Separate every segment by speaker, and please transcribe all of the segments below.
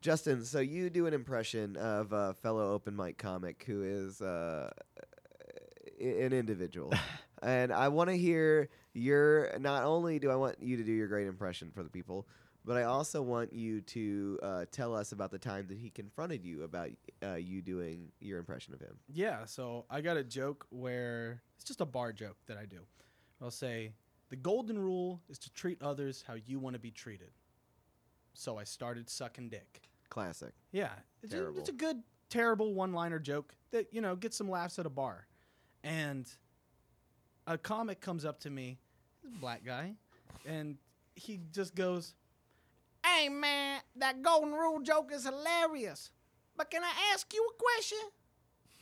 Speaker 1: Justin, so you do an impression of a fellow open mic comic who is uh, i- an individual. and I want to hear your. Not only do I want you to do your great impression for the people, but I also want you to uh, tell us about the time that he confronted you about uh, you doing your impression of him.
Speaker 2: Yeah, so I got a joke where it's just a bar joke that I do. I'll say, The golden rule is to treat others how you want to be treated. So I started sucking dick.
Speaker 1: Classic.
Speaker 2: Yeah, it's a,
Speaker 1: Terrible.
Speaker 2: it's a good, terrible one liner joke that, you know, gets some laughs at a bar. And a comic comes up to me, this black guy, and he just goes, Hey, man, that golden rule joke is hilarious. But can I ask you a question?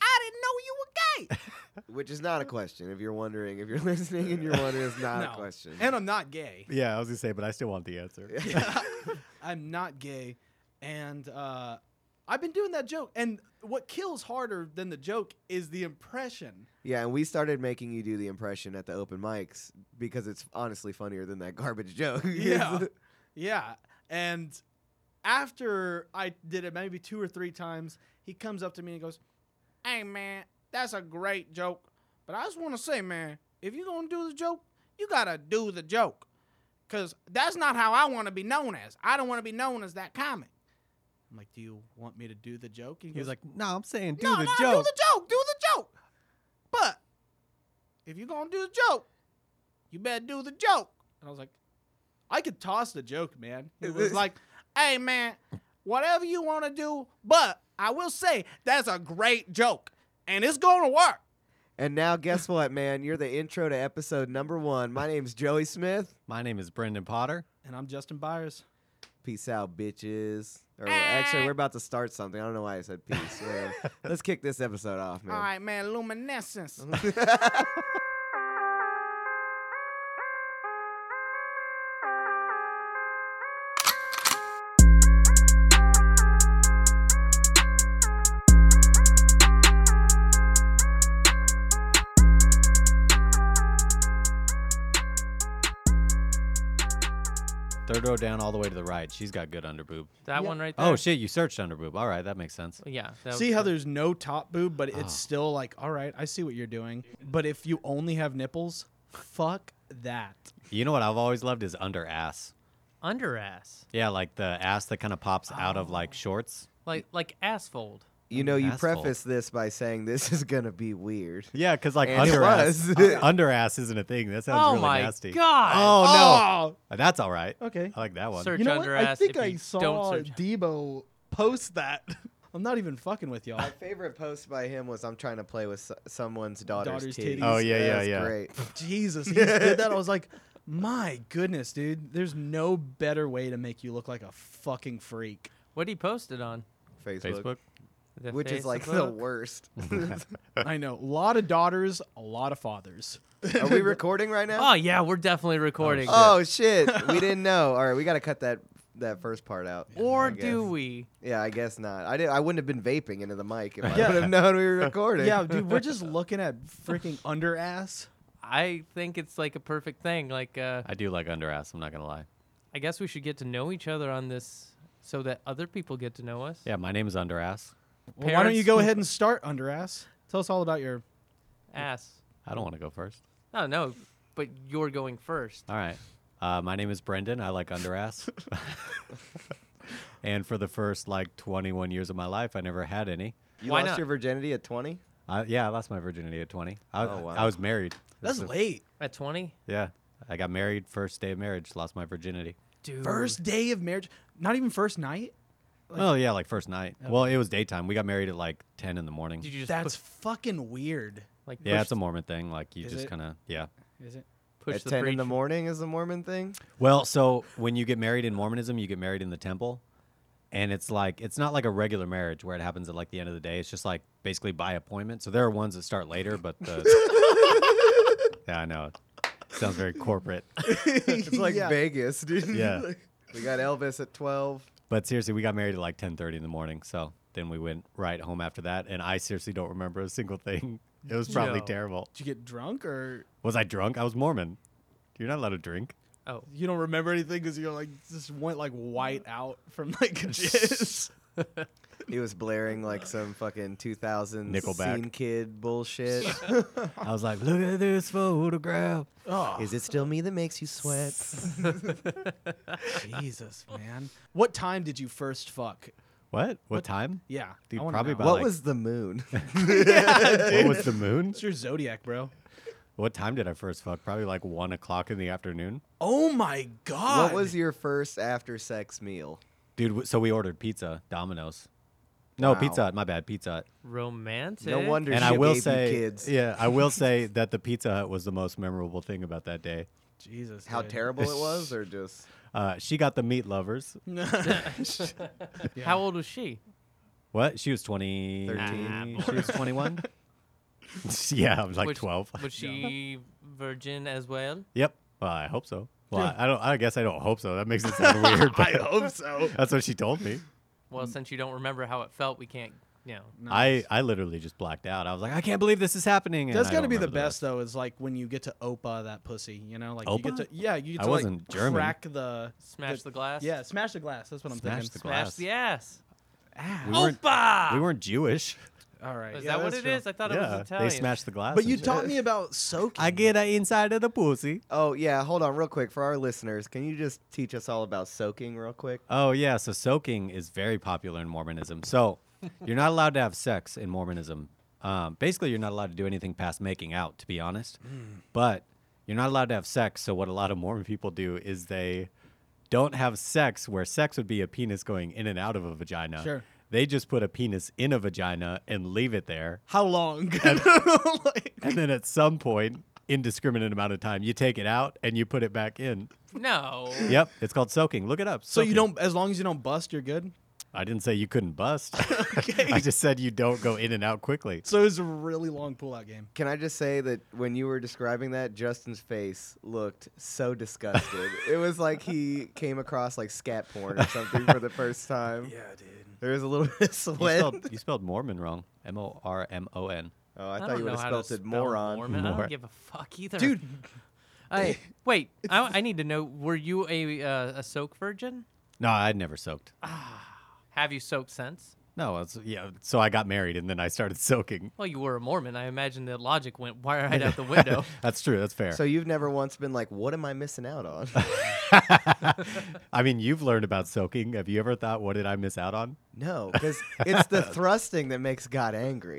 Speaker 2: I didn't know you were gay.
Speaker 1: Which is not a question. If you're wondering, if you're listening and you're wondering, it's not
Speaker 2: No.
Speaker 1: a question.
Speaker 2: and I'm not gay.
Speaker 3: Yeah, I was gonna say, but I still want the answer.
Speaker 2: I'm not gay, and uh, I've been doing that joke. And what kills harder than the joke is the impression.
Speaker 1: Yeah, and we started making you do the impression at the open mics because it's honestly funnier than that garbage joke.
Speaker 2: Yeah, yeah. And after I did it maybe two or three times, he comes up to me and goes, "Hey man, that's a great joke, but I just want to say, man, if you're gonna do the joke, you gotta do the joke, cause that's not how I want to be known as. I don't want to be known as that comic." I'm like, "Do you want me to do the joke?" And
Speaker 3: He was like, "No, I'm saying do
Speaker 2: no,
Speaker 3: the
Speaker 2: no,
Speaker 3: joke."
Speaker 2: do the joke, do the joke. But if you're gonna do the joke, you better do the joke. And I was like, I could toss the joke, man. It was like, hey man, whatever you wanna do, but I will say that's a great joke. And it's gonna work.
Speaker 1: And now, guess what, man? You're the intro to episode number one. My name's Joey Smith.
Speaker 3: My name is Brendan Potter.
Speaker 2: And I'm Justin Byers.
Speaker 1: Peace out, bitches. Or well, actually, we're about to start something. I don't know why I said peace. Uh, let's kick this episode off, man.
Speaker 2: All right, man, luminescence.
Speaker 3: Third row down, all the way to the right. She's got good underboob.
Speaker 4: That one right there. Oh,
Speaker 3: Oh shit, you searched underboob. All right, that makes sense.
Speaker 4: Yeah. that-
Speaker 2: See how there's no top boob, but it's
Speaker 3: Oh.
Speaker 2: still like, all right, I see what you're doing. But if you only have nipples, fuck that.
Speaker 3: You know what I've always loved is under ass.
Speaker 4: under ass,
Speaker 3: Yeah, like the ass that kind of pops out of like shorts.
Speaker 4: like like ass fold.
Speaker 1: you know, you
Speaker 3: Asshole.
Speaker 1: preface this by saying this is going to be weird.
Speaker 3: Yeah, because like
Speaker 1: And it
Speaker 3: under ass,
Speaker 1: was.
Speaker 3: under ass isn't a thing. That sounds
Speaker 4: oh
Speaker 3: really
Speaker 4: my
Speaker 3: nasty.
Speaker 4: god.
Speaker 3: Oh no, that's all right.
Speaker 2: Okay.
Speaker 3: I like that one.
Speaker 4: Search
Speaker 2: You know what?
Speaker 4: under
Speaker 2: I
Speaker 4: ass.
Speaker 2: think
Speaker 4: if
Speaker 2: I
Speaker 4: you
Speaker 2: saw
Speaker 4: don't search.
Speaker 2: Debo post that. I'm not even fucking with y'all.
Speaker 1: My favorite post by him was I'm trying to play with so- someone's daughter's,
Speaker 2: Daughter's
Speaker 1: titties.
Speaker 2: titties. Oh,
Speaker 3: yeah,
Speaker 1: That
Speaker 3: yeah,
Speaker 1: was
Speaker 3: yeah.
Speaker 1: Great.
Speaker 2: Jesus, he just did that. I was like, my goodness, dude. There's no better way to make you look like a fucking freak.
Speaker 4: What he posted on.
Speaker 1: Facebook.
Speaker 3: Facebook.
Speaker 4: The
Speaker 1: Which is like the
Speaker 4: Facebook?
Speaker 1: worst.
Speaker 2: I know. A lot of daughters, a lot of fathers.
Speaker 1: Are we recording right now?
Speaker 4: Oh yeah, we're definitely recording.
Speaker 1: Oh shit, we didn't know. All right, we got to cut that that first part out.
Speaker 4: or
Speaker 1: I guess.
Speaker 4: do we?
Speaker 1: Yeah, I guess not. I did, I wouldn't have been vaping into the mic if I
Speaker 2: Yeah.
Speaker 1: would have known we were recording.
Speaker 2: yeah, dude. We're just looking at freaking under ass.
Speaker 4: I think it's like a perfect thing. Like uh,
Speaker 3: I do like under ass. I'm not gonna lie.
Speaker 4: I guess we should get to know each other on this, so that other people get to know us.
Speaker 3: Yeah, my name is under ass.
Speaker 2: Well, why don't you
Speaker 4: Parents-
Speaker 2: go ahead and start under ass? Tell us all about your.
Speaker 4: Ass.
Speaker 3: I don't want to go first.
Speaker 4: No, no. But you're going first.
Speaker 3: All right. Uh, my name is Brendan. I like underass. and for the first like 21 years of my life, I never had any.
Speaker 1: you
Speaker 4: Why
Speaker 1: lost
Speaker 4: not?
Speaker 1: your virginity at 20.
Speaker 3: I, yeah, I lost my virginity at 20. I,
Speaker 1: Oh, wow.
Speaker 3: I was married.
Speaker 2: That's
Speaker 3: This is-
Speaker 2: late.
Speaker 4: At 20,
Speaker 3: Yeah. I got married first day of marriage, lost my virginity.
Speaker 4: dude.
Speaker 2: First day of marriage. Not even first night.
Speaker 3: oh, yeah, like first night. Well, it was daytime. We got married at like 10 in the morning.
Speaker 4: Did you just
Speaker 2: That's
Speaker 4: pu-
Speaker 2: fucking weird.
Speaker 4: like
Speaker 3: yeah,
Speaker 4: push,
Speaker 3: it's a Mormon thing. Like you
Speaker 2: Is
Speaker 3: just
Speaker 2: it?
Speaker 3: kind of, yeah.
Speaker 2: Is it?
Speaker 4: push
Speaker 1: at
Speaker 4: the
Speaker 1: 10 in
Speaker 4: preacher-
Speaker 1: the morning is the Mormon thing.
Speaker 3: Well, so when you get married in Mormonism, you get married in the temple. And it's like it's not like a regular marriage where it happens at like the end of the day. It's just like basically by appointment. So there are ones that start later, but the Yeah, I know. Sounds very corporate.
Speaker 1: It's like Vegas, dude.
Speaker 3: Yeah.
Speaker 1: we got Elvis at 12.
Speaker 3: But seriously, we got married at like ten thirty in the morning, so then we went right home after that. And I seriously don't remember a single thing. It was probably
Speaker 4: No.
Speaker 3: terrible.
Speaker 2: Did you get drunk or
Speaker 3: Was I drunk? I was Mormon. You're not allowed to drink.
Speaker 4: Oh,
Speaker 2: you don't remember anything because you're like just went like white out from like jizz?
Speaker 1: He was blaring like some fucking 2000
Speaker 3: Nickelback.
Speaker 1: scene kid bullshit.
Speaker 3: I was like, look at this photograph.
Speaker 5: Oh,
Speaker 1: Is it still me that makes you sweat?
Speaker 5: Jesus, man. What time did you first fuck?
Speaker 3: What? What, time?
Speaker 5: Yeah.
Speaker 3: Dude,
Speaker 5: I wanna
Speaker 3: probably
Speaker 5: know.
Speaker 3: about-
Speaker 1: what
Speaker 3: like-
Speaker 1: was the moon?
Speaker 3: What was the moon?
Speaker 5: What's your zodiac, bro?
Speaker 3: What time did I first fuck? Probably like one o'clock in the afternoon.
Speaker 5: Oh my god.
Speaker 1: what was your first after sex meal?
Speaker 3: Dude, w- so we ordered pizza, Domino's. No,
Speaker 1: Wow.
Speaker 3: Pizza Hut. My bad, Pizza Hut.
Speaker 4: Romantic.
Speaker 1: No wonder
Speaker 3: and
Speaker 1: she
Speaker 3: I will
Speaker 1: gave
Speaker 3: say,
Speaker 1: you kids.
Speaker 3: yeah, I will say that the Pizza Hut was the most memorable thing about that day.
Speaker 5: Jesus?
Speaker 1: How
Speaker 5: dude.
Speaker 1: terrible it was, or just
Speaker 3: Uh, she got the meat lovers.
Speaker 4: How old was she?
Speaker 3: What? She was twenty.
Speaker 1: Thirteen.
Speaker 3: She was twenty-one. yeah, I was like
Speaker 4: was,
Speaker 3: twelve.
Speaker 4: Was she virgin as well?
Speaker 3: Yep. Well, I hope so. Well, I, I don't. I guess I don't hope so. That makes it sound weird. But I
Speaker 5: Oh,
Speaker 3: hope so. That's what she told me. Mm.
Speaker 4: Well, since you don't remember how it felt, we can't. You know.
Speaker 3: I, I literally just blacked out. I was like, I can't believe this is happening. and
Speaker 5: That's
Speaker 3: I
Speaker 5: got to
Speaker 3: don't
Speaker 5: be the
Speaker 3: remember
Speaker 5: best
Speaker 3: rest.
Speaker 5: though. Is like when you get to opa that pussy, you know, like you get
Speaker 3: Opa?
Speaker 5: to yeah, you get
Speaker 3: I
Speaker 5: to
Speaker 3: wasn't
Speaker 5: like
Speaker 3: German.
Speaker 5: crack the
Speaker 4: Smash the glass?
Speaker 5: Yeah, smash the glass. That's what I'm
Speaker 3: Smash
Speaker 5: thinking.
Speaker 3: the glass.
Speaker 4: Smash the ass.
Speaker 3: We weren't,
Speaker 4: Opa!
Speaker 3: we weren't Jewish.
Speaker 5: All right,
Speaker 4: Is
Speaker 5: yeah,
Speaker 4: that what
Speaker 5: that's
Speaker 4: it is?
Speaker 5: true.
Speaker 4: I thought it
Speaker 3: yeah,
Speaker 4: was Italian.
Speaker 3: they smashed the glass.
Speaker 5: But
Speaker 3: and
Speaker 5: you
Speaker 3: shit.
Speaker 5: taught me about soaking.
Speaker 3: I get a inside of the pussy.
Speaker 1: Oh yeah, hold on real quick for our listeners. Can you just teach us all about soaking real quick?
Speaker 3: Oh yeah, so soaking is very popular in Mormonism. So you're not allowed to have sex in Mormonism. Um, basically, you're not allowed to do anything past making out, to be honest.
Speaker 4: Hmm.
Speaker 3: But you're not allowed to have sex. So what a lot of Mormon people do is they don't have sex where sex would be a penis going in and out of a vagina.
Speaker 5: Sure.
Speaker 3: They just put a penis in a vagina and leave it there.
Speaker 5: How long? Like-
Speaker 3: And then at some point, indiscriminate amount of time, you take it out and you put it back in.
Speaker 4: No.
Speaker 3: Yep, it's called soaking. Look it up.
Speaker 5: so you
Speaker 3: soaking.
Speaker 5: don't, as long as you don't bust, you're good.
Speaker 3: I didn't say you couldn't bust. I just said you don't go in and out quickly.
Speaker 5: So it's a really long pull-out game.
Speaker 1: Can I just say that when you were describing that, Justin's face looked so disgusted. it was like he came across like scat porn or something for the first time.
Speaker 5: Yeah, dude.
Speaker 1: There was a little bit of
Speaker 3: You
Speaker 1: sweat.
Speaker 3: spelled, you spelled Mormon wrong. M O R M O N.
Speaker 1: Oh, I,
Speaker 4: I,
Speaker 1: thought
Speaker 4: don't
Speaker 1: you would
Speaker 4: know
Speaker 1: have
Speaker 4: how to
Speaker 1: spelled it
Speaker 4: spell
Speaker 1: moron.
Speaker 4: Mormon. I
Speaker 3: Mor-
Speaker 4: don't give a fuck either,
Speaker 5: Dude,
Speaker 4: I, wait, I, I need to know. Were you a uh, a soak virgin?
Speaker 3: No, I'd never soaked.
Speaker 4: Have you soaked since?
Speaker 3: No, it's, yeah. So I got married and then I started soaking.
Speaker 4: Well, you were a Mormon. I imagine the logic went right out the window.
Speaker 3: That's true. That's fair.
Speaker 1: So you've never once been like, what am I missing out on?
Speaker 3: I mean, you've learned about soaking. Have you ever thought, what did I miss out on?
Speaker 1: no, because it's the thrusting that makes God angry.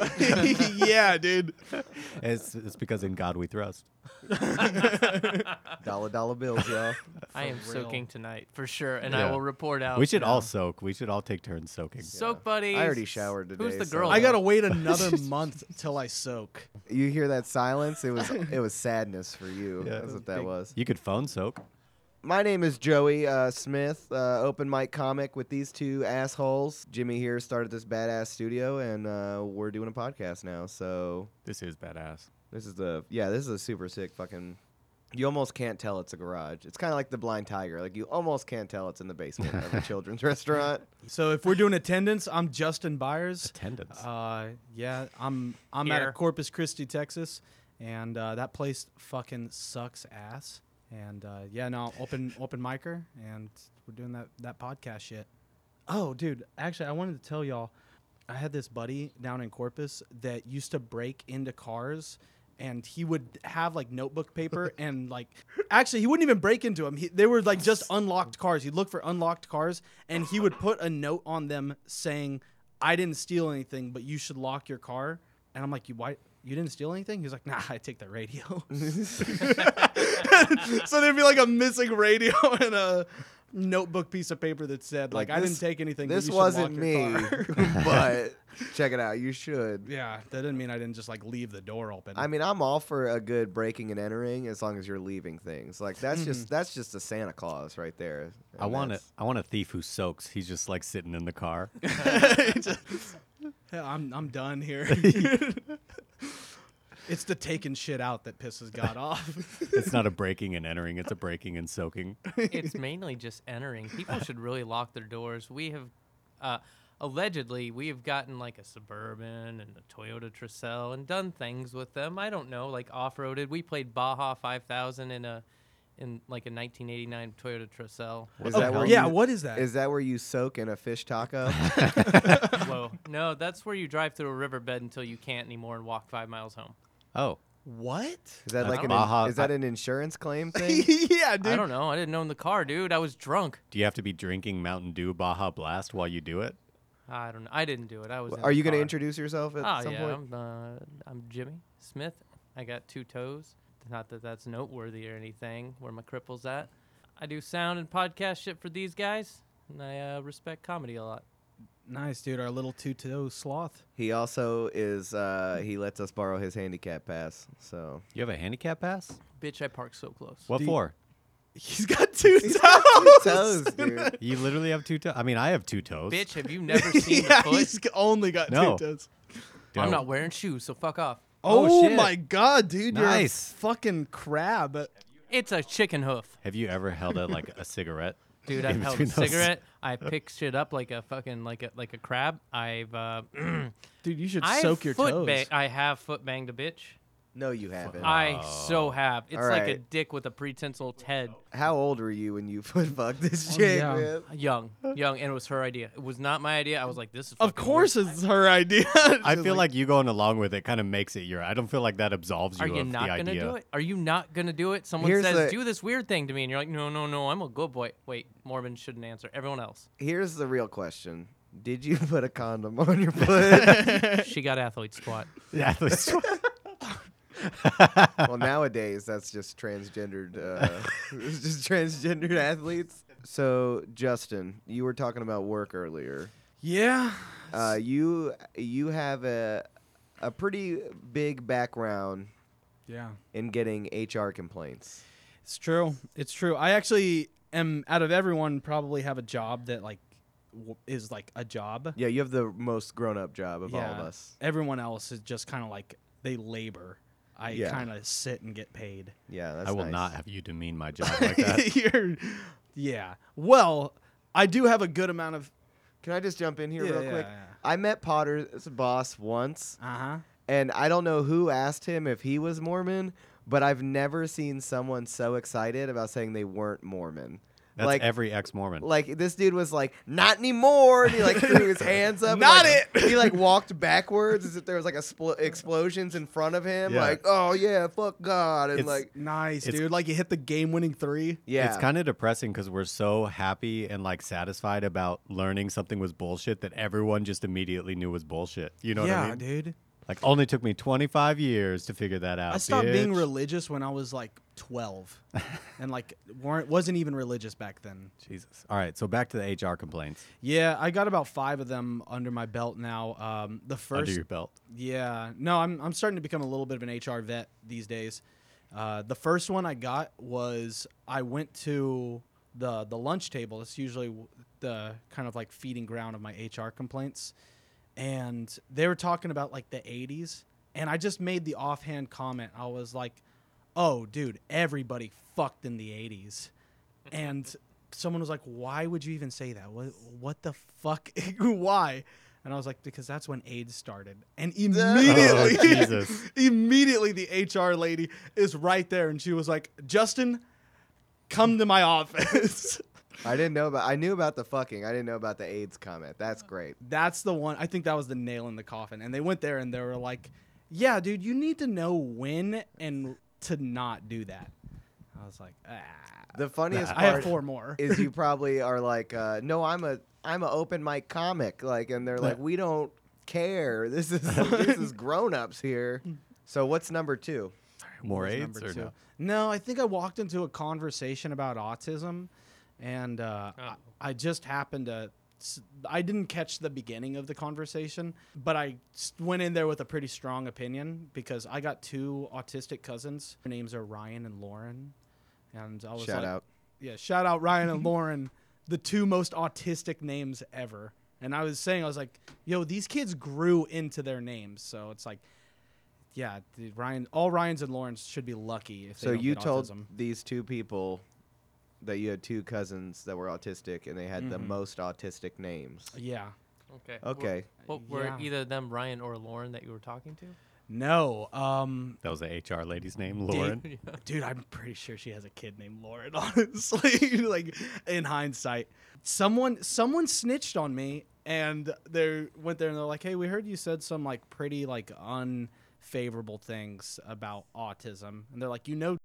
Speaker 5: yeah, dude.
Speaker 3: It's, it's because in God we thrust.
Speaker 1: dollar dollar bills, y'all.
Speaker 4: I am
Speaker 5: real.
Speaker 4: soaking tonight for sure, and
Speaker 3: Yeah.
Speaker 4: I will report
Speaker 5: Oh,
Speaker 4: out.
Speaker 3: we should
Speaker 4: now.
Speaker 3: all soak. We should all take turns soaking.
Speaker 4: soak buddies.
Speaker 1: I already showered today.
Speaker 4: Who's the
Speaker 1: so-
Speaker 4: girl?
Speaker 5: I gotta wait another month till I soak.
Speaker 1: You hear that silence? It was it was sadness for you.
Speaker 3: Yeah.
Speaker 1: That's what that was.
Speaker 3: You could phone soak.
Speaker 1: My name is Joey uh, Smith, uh, open mic comic with these two assholes. Jimmy here started this badass studio, and uh, we're doing a podcast now. So
Speaker 3: This is badass.
Speaker 1: this is the yeah, this is a super sick fucking. You almost can't tell it's a garage. It's kind of like the Blind Tiger. Like you almost can't tell it's in the basement of a children's restaurant.
Speaker 5: So if we're doing attendance, I'm Justin Byers.
Speaker 3: Attendance.
Speaker 5: Uh, yeah, I'm I'm out
Speaker 4: Here.
Speaker 5: of Corpus Christi, Texas, and uh, that place fucking sucks ass. And uh, yeah, no, open open micer, and we're doing that that podcast shit. Oh, dude, actually, I wanted to tell y'all, I had this buddy down in Corpus that used to break into cars. And he would have like notebook paper and like, actually, he wouldn't even break into them. He, they were like just unlocked cars. He'd look for unlocked cars and he would put a note on them saying, I didn't steal anything, but you should lock your car. And I'm like, you why you didn't steal anything? He's like, nah, I take the radio. so there'd be like a missing radio and a notebook piece of paper that said, like,
Speaker 1: Like,
Speaker 5: I
Speaker 1: this-
Speaker 5: didn't take anything. but
Speaker 1: this
Speaker 5: you should
Speaker 1: wasn't
Speaker 5: lock your
Speaker 1: me,
Speaker 5: car."
Speaker 1: but check it out. You should.
Speaker 5: yeah, that didn't mean I didn't just like leave the door open.
Speaker 1: I mean, I'm all for a good breaking and entering as long as you're leaving things. Like that's just that's just a Santa Claus right there.
Speaker 3: I
Speaker 1: And
Speaker 3: want a,
Speaker 1: that's-
Speaker 3: I want a thief who soaks. He's just like sitting in the car.
Speaker 5: Yeah, I'm I'm done here. it's the taking shit out that pisses God off.
Speaker 3: it's not a breaking and entering. It's a breaking and soaking.
Speaker 4: it's mainly just entering. People should really lock their doors. We have, uh, allegedly, we have gotten like a Suburban and a Toyota Tercel and done things with them. I don't know, like off roaded. We played Baja 5000 in a in like a 1989 Toyota Tercel.
Speaker 1: Is
Speaker 3: the
Speaker 1: that where
Speaker 3: hell?
Speaker 1: you,
Speaker 5: Oh, Yeah, what is that?
Speaker 1: Is that where you soak in a fish taco?
Speaker 4: Whoa. No, that's where you drive through a riverbed until you can't anymore and walk five miles home.
Speaker 3: Oh,
Speaker 5: what?
Speaker 1: Is that
Speaker 4: I
Speaker 1: like
Speaker 4: don't
Speaker 1: an
Speaker 3: know.
Speaker 1: in-
Speaker 3: Baja-
Speaker 1: is that an insurance claim thing?
Speaker 5: yeah, dude.
Speaker 4: I don't know. I didn't own the car, dude. I was drunk.
Speaker 3: do you have to be drinking Mountain Dew Baja Blast while you do it?
Speaker 4: I don't know. I didn't do it. I was. in
Speaker 1: Are
Speaker 4: the
Speaker 1: you going to
Speaker 3: uh,
Speaker 4: car.
Speaker 1: introduce yourself at
Speaker 4: Oh
Speaker 1: some
Speaker 4: yeah,
Speaker 1: point?
Speaker 4: I'm, uh, I'm Jimmy Smith. I got two toes. Not that that's noteworthy or anything. Where my cripples at? I do sound and podcast shit for these guys, and I uh, respect comedy a lot.
Speaker 5: Nice, dude. Our little two toe sloth.
Speaker 1: He also is. Uh, he lets us borrow his handicap pass. So
Speaker 3: You have a handicap pass?
Speaker 4: Bitch, I park so close.
Speaker 3: What
Speaker 5: Do you-
Speaker 3: for?
Speaker 5: He's got two
Speaker 1: He's
Speaker 5: toes.
Speaker 1: got two toes, dude.
Speaker 3: You literally have two toes. I mean, I have two toes.
Speaker 4: Bitch, have you never seen
Speaker 5: yeah,
Speaker 4: the foot?
Speaker 5: he's only got
Speaker 3: No.
Speaker 5: two toes.
Speaker 3: Do I-
Speaker 4: I'm not wearing shoes, so fuck off.
Speaker 5: Oh,
Speaker 3: Oh, shit.
Speaker 5: my god, dude!
Speaker 3: Nice.
Speaker 5: You're a fucking crab. Uh,
Speaker 4: It's a chicken hoof,
Speaker 3: Have you ever held a like a cigarette? in
Speaker 4: dude. I've held a
Speaker 3: between those?
Speaker 4: cigarette. I pick shit up like a fucking like a like a crab. I've uh,
Speaker 5: Dude, you should
Speaker 4: I
Speaker 5: soak your
Speaker 4: foot
Speaker 5: toes.
Speaker 4: Bang- I have foot banged a bitch.
Speaker 1: no, you haven't.
Speaker 4: I so have. It's like a
Speaker 1: right.
Speaker 4: dick with a pretensile head.
Speaker 1: How old were you when you foot fucked this chick,
Speaker 5: yeah.
Speaker 1: man?
Speaker 4: Young, young, and it was her idea. It was not my idea. I was like, this is.
Speaker 5: of
Speaker 4: fucking
Speaker 5: course, it's her idea.
Speaker 3: I
Speaker 5: She's
Speaker 3: feel like, you going along with it kind of makes it your. I don't feel like that absolves you,
Speaker 4: weird. Are you
Speaker 3: of
Speaker 4: not
Speaker 3: the
Speaker 4: gonna
Speaker 3: idea.
Speaker 4: do it? Are you not gonna do it? Someone
Speaker 1: Here's the-
Speaker 4: says, do this weird thing to me, and you're like, no, no, no, I'm a good boy. Wait, Mormon shouldn't answer. Everyone else.
Speaker 1: Here's the real question: Did you put a condom on your foot?
Speaker 4: she got athlete squat.
Speaker 3: Yeah, at least-
Speaker 1: well, nowadays that's just transgendered. Uh, it's just transgendered athletes. So, Justin, you were talking about work earlier.
Speaker 5: yeah.
Speaker 1: Uh, you you have a a pretty big background
Speaker 5: Yeah.
Speaker 1: in getting HR complaints.
Speaker 5: It's true. It's true. I actually am out of everyone probably have a job that like w- is like a job.
Speaker 1: Yeah, you have the most grown up job of all of us.
Speaker 5: Everyone else is just kind of like they labor. I
Speaker 1: Yeah.
Speaker 5: kind of sit and get paid.
Speaker 1: Yeah, that's
Speaker 3: I will
Speaker 1: nice.
Speaker 3: not have you demean my job like that.
Speaker 5: You're, yeah. Well, I do have a good amount of.
Speaker 1: Can I just jump in here
Speaker 5: Yeah,
Speaker 1: real
Speaker 5: yeah,
Speaker 1: quick?
Speaker 5: yeah.
Speaker 1: I met Potter's boss once,
Speaker 5: Uh huh.
Speaker 1: and I don't know who asked him if he was Mormon, but I've never seen someone so excited about saying they weren't Mormon.
Speaker 3: That's
Speaker 1: like
Speaker 3: every ex-Mormon.
Speaker 1: like this dude was like, not anymore. And he like threw his hands up. and,
Speaker 5: Not
Speaker 1: like, He like walked backwards as if there was like a spl- explosions in front of him.
Speaker 3: Yeah.
Speaker 1: Like, oh yeah, fuck God, and
Speaker 3: It's-
Speaker 1: like,
Speaker 5: Nice,
Speaker 3: It's-
Speaker 5: dude. Like you hit the game-winning three.
Speaker 1: yeah,
Speaker 3: It's kind of depressing because we're so happy and like satisfied about learning something was bullshit that everyone just immediately knew was bullshit. You know
Speaker 5: yeah,
Speaker 3: what I mean?
Speaker 5: dude.
Speaker 3: Like, only took me 25 years to figure that out.
Speaker 5: I stopped being
Speaker 3: bitch.
Speaker 5: religious when I was like 12, and like weren't wasn't even religious back then.
Speaker 3: Jesus. All right, so back to the HR complaints
Speaker 5: Yeah, I got about five of them under my belt now. Um, the
Speaker 3: under
Speaker 5: first,
Speaker 3: your belt.
Speaker 5: yeah, no, I'm I'm starting to become a little bit of an HR vet these days. Uh, the first one I got was I went to the the lunch table. It's usually w- the kind of like feeding ground of my HR complaints, and they were talking about like the 80s, and I just made the offhand comment. I was like, "Oh, dude, everybody fucked in the 80s," and someone was like, "Why would you even say that? What, what the fuck? Why?" And I was like, "Because that's when AIDS started." And immediately,
Speaker 3: Oh, Jesus.
Speaker 5: immediately, the HR lady is right there, and she was like, "Justin, come to my office."
Speaker 1: I didn't know about. I knew about the fucking. I didn't know about the AIDS comment. That's great.
Speaker 5: that's the one. I think that was the nail in the coffin. And they went there, and they were like, "Yeah, dude, you need to know when and to not do that." I was like, "Ah."
Speaker 1: The funniest
Speaker 5: I have
Speaker 1: part
Speaker 5: four more.
Speaker 1: is you probably are like, uh, no, I'm a I'm a open mic comic, like, and they're like, we don't care. This is this is grown ups here. So what's number two?
Speaker 3: More
Speaker 5: was
Speaker 3: AIDS
Speaker 5: number
Speaker 3: or
Speaker 5: two.
Speaker 3: no?
Speaker 5: No, I think I walked into a conversation about autism, and uh, I, I just happened to. s- I didn't catch the beginning of the conversation, but I s- went in there with a pretty strong opinion because I got two autistic cousins. Their names are Ryan and Lauren, and I was
Speaker 1: Shout
Speaker 5: like,
Speaker 1: out.
Speaker 5: yeah, shout out Ryan and Lauren, the two most autistic names ever. And I was saying, I was like, yo, these kids grew into their names. So it's like, yeah, dude, Ryan, all Ryans and Laurens should be lucky if they
Speaker 1: So
Speaker 5: don't
Speaker 1: you
Speaker 5: get
Speaker 1: told
Speaker 5: autism.
Speaker 1: these two people that you had two cousins that were autistic and they had the most autistic names.
Speaker 5: Yeah.
Speaker 4: Okay.
Speaker 1: Okay.
Speaker 4: What were
Speaker 5: Yeah.
Speaker 4: either them, Ryan or Lauren, that you were talking to?
Speaker 5: No, um,
Speaker 3: That was the HR lady's name,
Speaker 5: dude-
Speaker 3: Lauren.
Speaker 5: dude, I'm pretty sure she has a kid named Lauren. Honestly, like in hindsight, someone someone snitched on me, and they went there and they're like, "Hey, we heard you said some like pretty like unfavorable things about autism," and they're like, "You know,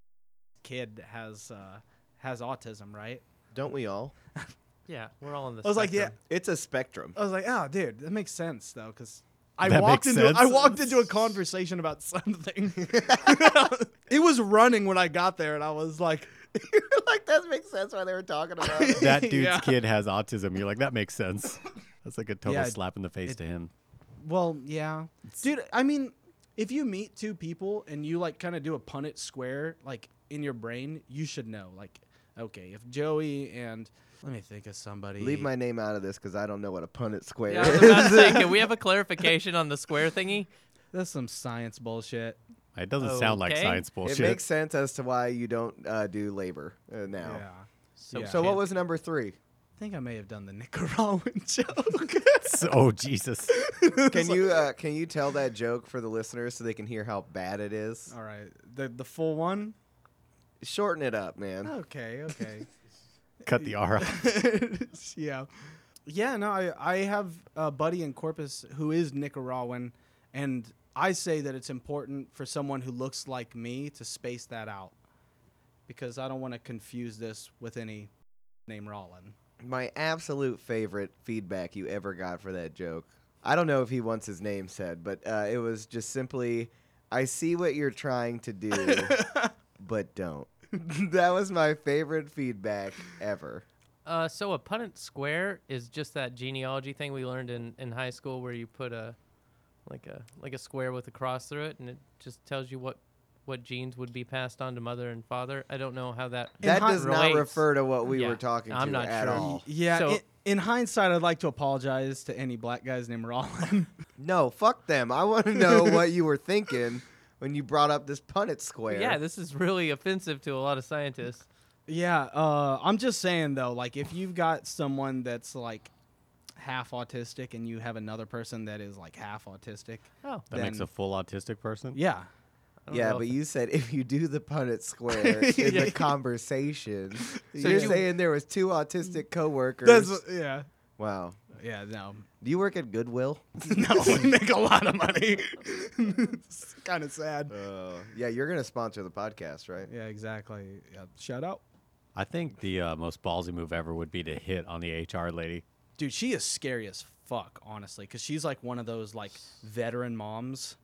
Speaker 5: kid has uh, has autism, right?"
Speaker 1: Don't we all?
Speaker 4: yeah, we're all in the.
Speaker 5: I was like, "Yeah,
Speaker 1: It's a spectrum.
Speaker 5: I was like, oh, dude, that makes sense though, because I
Speaker 3: That
Speaker 5: walked
Speaker 3: makes
Speaker 5: into I
Speaker 3: sense.
Speaker 5: walked into a conversation about something. it was running when I got there, and I was like,
Speaker 1: like that makes sense why they were talking about it.
Speaker 3: That dude's
Speaker 5: Yeah.
Speaker 3: kid has autism. You're like, that makes sense. That's like a total
Speaker 5: Yeah,
Speaker 3: slap in the face to him.
Speaker 5: well, yeah, dude. I mean, if you meet two people and you like kind of do a Punnett square like in your brain, you should know like, okay, if Joey and let me think of somebody.
Speaker 1: Leave my name out of this because I don't know what a Punnett square
Speaker 4: Yeah, I
Speaker 1: is.
Speaker 4: was about to say, can we have a clarification on the square thingy?
Speaker 5: that's some science bullshit.
Speaker 3: It doesn't sound like
Speaker 4: Okay.
Speaker 3: science
Speaker 1: it
Speaker 3: bullshit.
Speaker 1: makes sense as to why you don't uh, do labor uh, now.
Speaker 5: Yeah,
Speaker 4: So,
Speaker 5: Yeah.
Speaker 1: So what
Speaker 4: can-
Speaker 1: was number three?
Speaker 5: I think I may have done the Nicaraguan joke.
Speaker 3: oh Jesus!
Speaker 1: Can you uh, can you tell that joke for the listeners so they can hear how bad it
Speaker 4: Oh.
Speaker 1: is?
Speaker 5: All right, the the full one.
Speaker 1: Shorten it up,
Speaker 4: Oh.
Speaker 1: man.
Speaker 5: Okay, okay.
Speaker 3: Cut the R off.
Speaker 5: yeah. Yeah, no, I, I have a buddy in Corpus who is Nicaraguan, and I say that it's important for someone who looks like me to space that out because I don't want to confuse this with any name Rollin.
Speaker 1: My absolute favorite feedback you ever got for that joke. I don't know if he wants his name said, but uh, it was just simply, "I see what you're trying to do, but don't." that was my favorite feedback ever.
Speaker 4: Uh, so a Punnett square is just that genealogy thing we learned in, in high school where you put a like a like a square with a cross through it and it just tells you what what genes would be passed on to mother and father. I don't know how that
Speaker 5: In
Speaker 1: That
Speaker 5: hot-
Speaker 1: does not
Speaker 4: relates.
Speaker 1: refer to what we
Speaker 4: Yeah,
Speaker 1: were talking
Speaker 4: I'm
Speaker 1: to
Speaker 4: not
Speaker 1: at
Speaker 4: sure.
Speaker 1: all.
Speaker 5: Yeah,
Speaker 4: So-
Speaker 5: in, in hindsight, I'd like to apologize to any black guys named Rollin.
Speaker 1: No, fuck them. I want to know what you were thinking when you brought up this Punnett square.
Speaker 4: Yeah, this is really offensive to a lot of scientists.
Speaker 5: Yeah, uh, I'm just saying though, like if you've got someone that's like half autistic and you have another person that is like half autistic,
Speaker 4: Oh.
Speaker 3: That makes
Speaker 5: Then-
Speaker 3: a full autistic person.
Speaker 5: yeah,
Speaker 4: don't
Speaker 1: Yeah,
Speaker 4: know
Speaker 1: but
Speaker 4: if-
Speaker 1: you said if you do the Punnett square in the conversation, you're
Speaker 4: you-
Speaker 1: saying there was two autistic coworkers.
Speaker 5: yeah,
Speaker 1: wow.
Speaker 5: yeah. No,
Speaker 1: Do you work at Goodwill?
Speaker 5: no, we make a lot of money. it's kind of sad.
Speaker 1: Uh, yeah, you're gonna sponsor the podcast, right?
Speaker 5: Yeah, exactly. Yeah, shout out,
Speaker 3: I think the uh, most ballsy move ever would be to hit on the HR lady.
Speaker 5: dude. She is scary as fuck, honestly, because she's like one of those like veteran moms.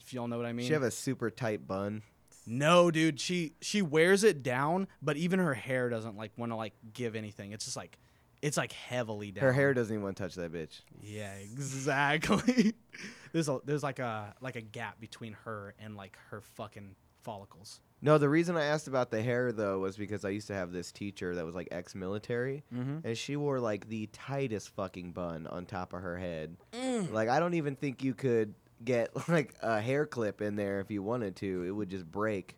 Speaker 5: If y'all know what I mean.
Speaker 1: She have a super tight bun.
Speaker 5: No, dude, she she wears it down, but even her hair doesn't like want to like give anything. It's just like it's like heavily down.
Speaker 1: Her hair doesn't even want to touch that bitch.
Speaker 5: Yeah, exactly. there's a there's like a like a gap between her and like her fucking follicles.
Speaker 1: No, the reason I asked about the hair though was because I used to have this teacher that was like ex-military,
Speaker 5: Mm-hmm.
Speaker 1: and she wore like the tightest fucking bun on top of her head.
Speaker 5: Mm.
Speaker 1: Like I don't even think you could get like a hair clip in there if you wanted to; it would just break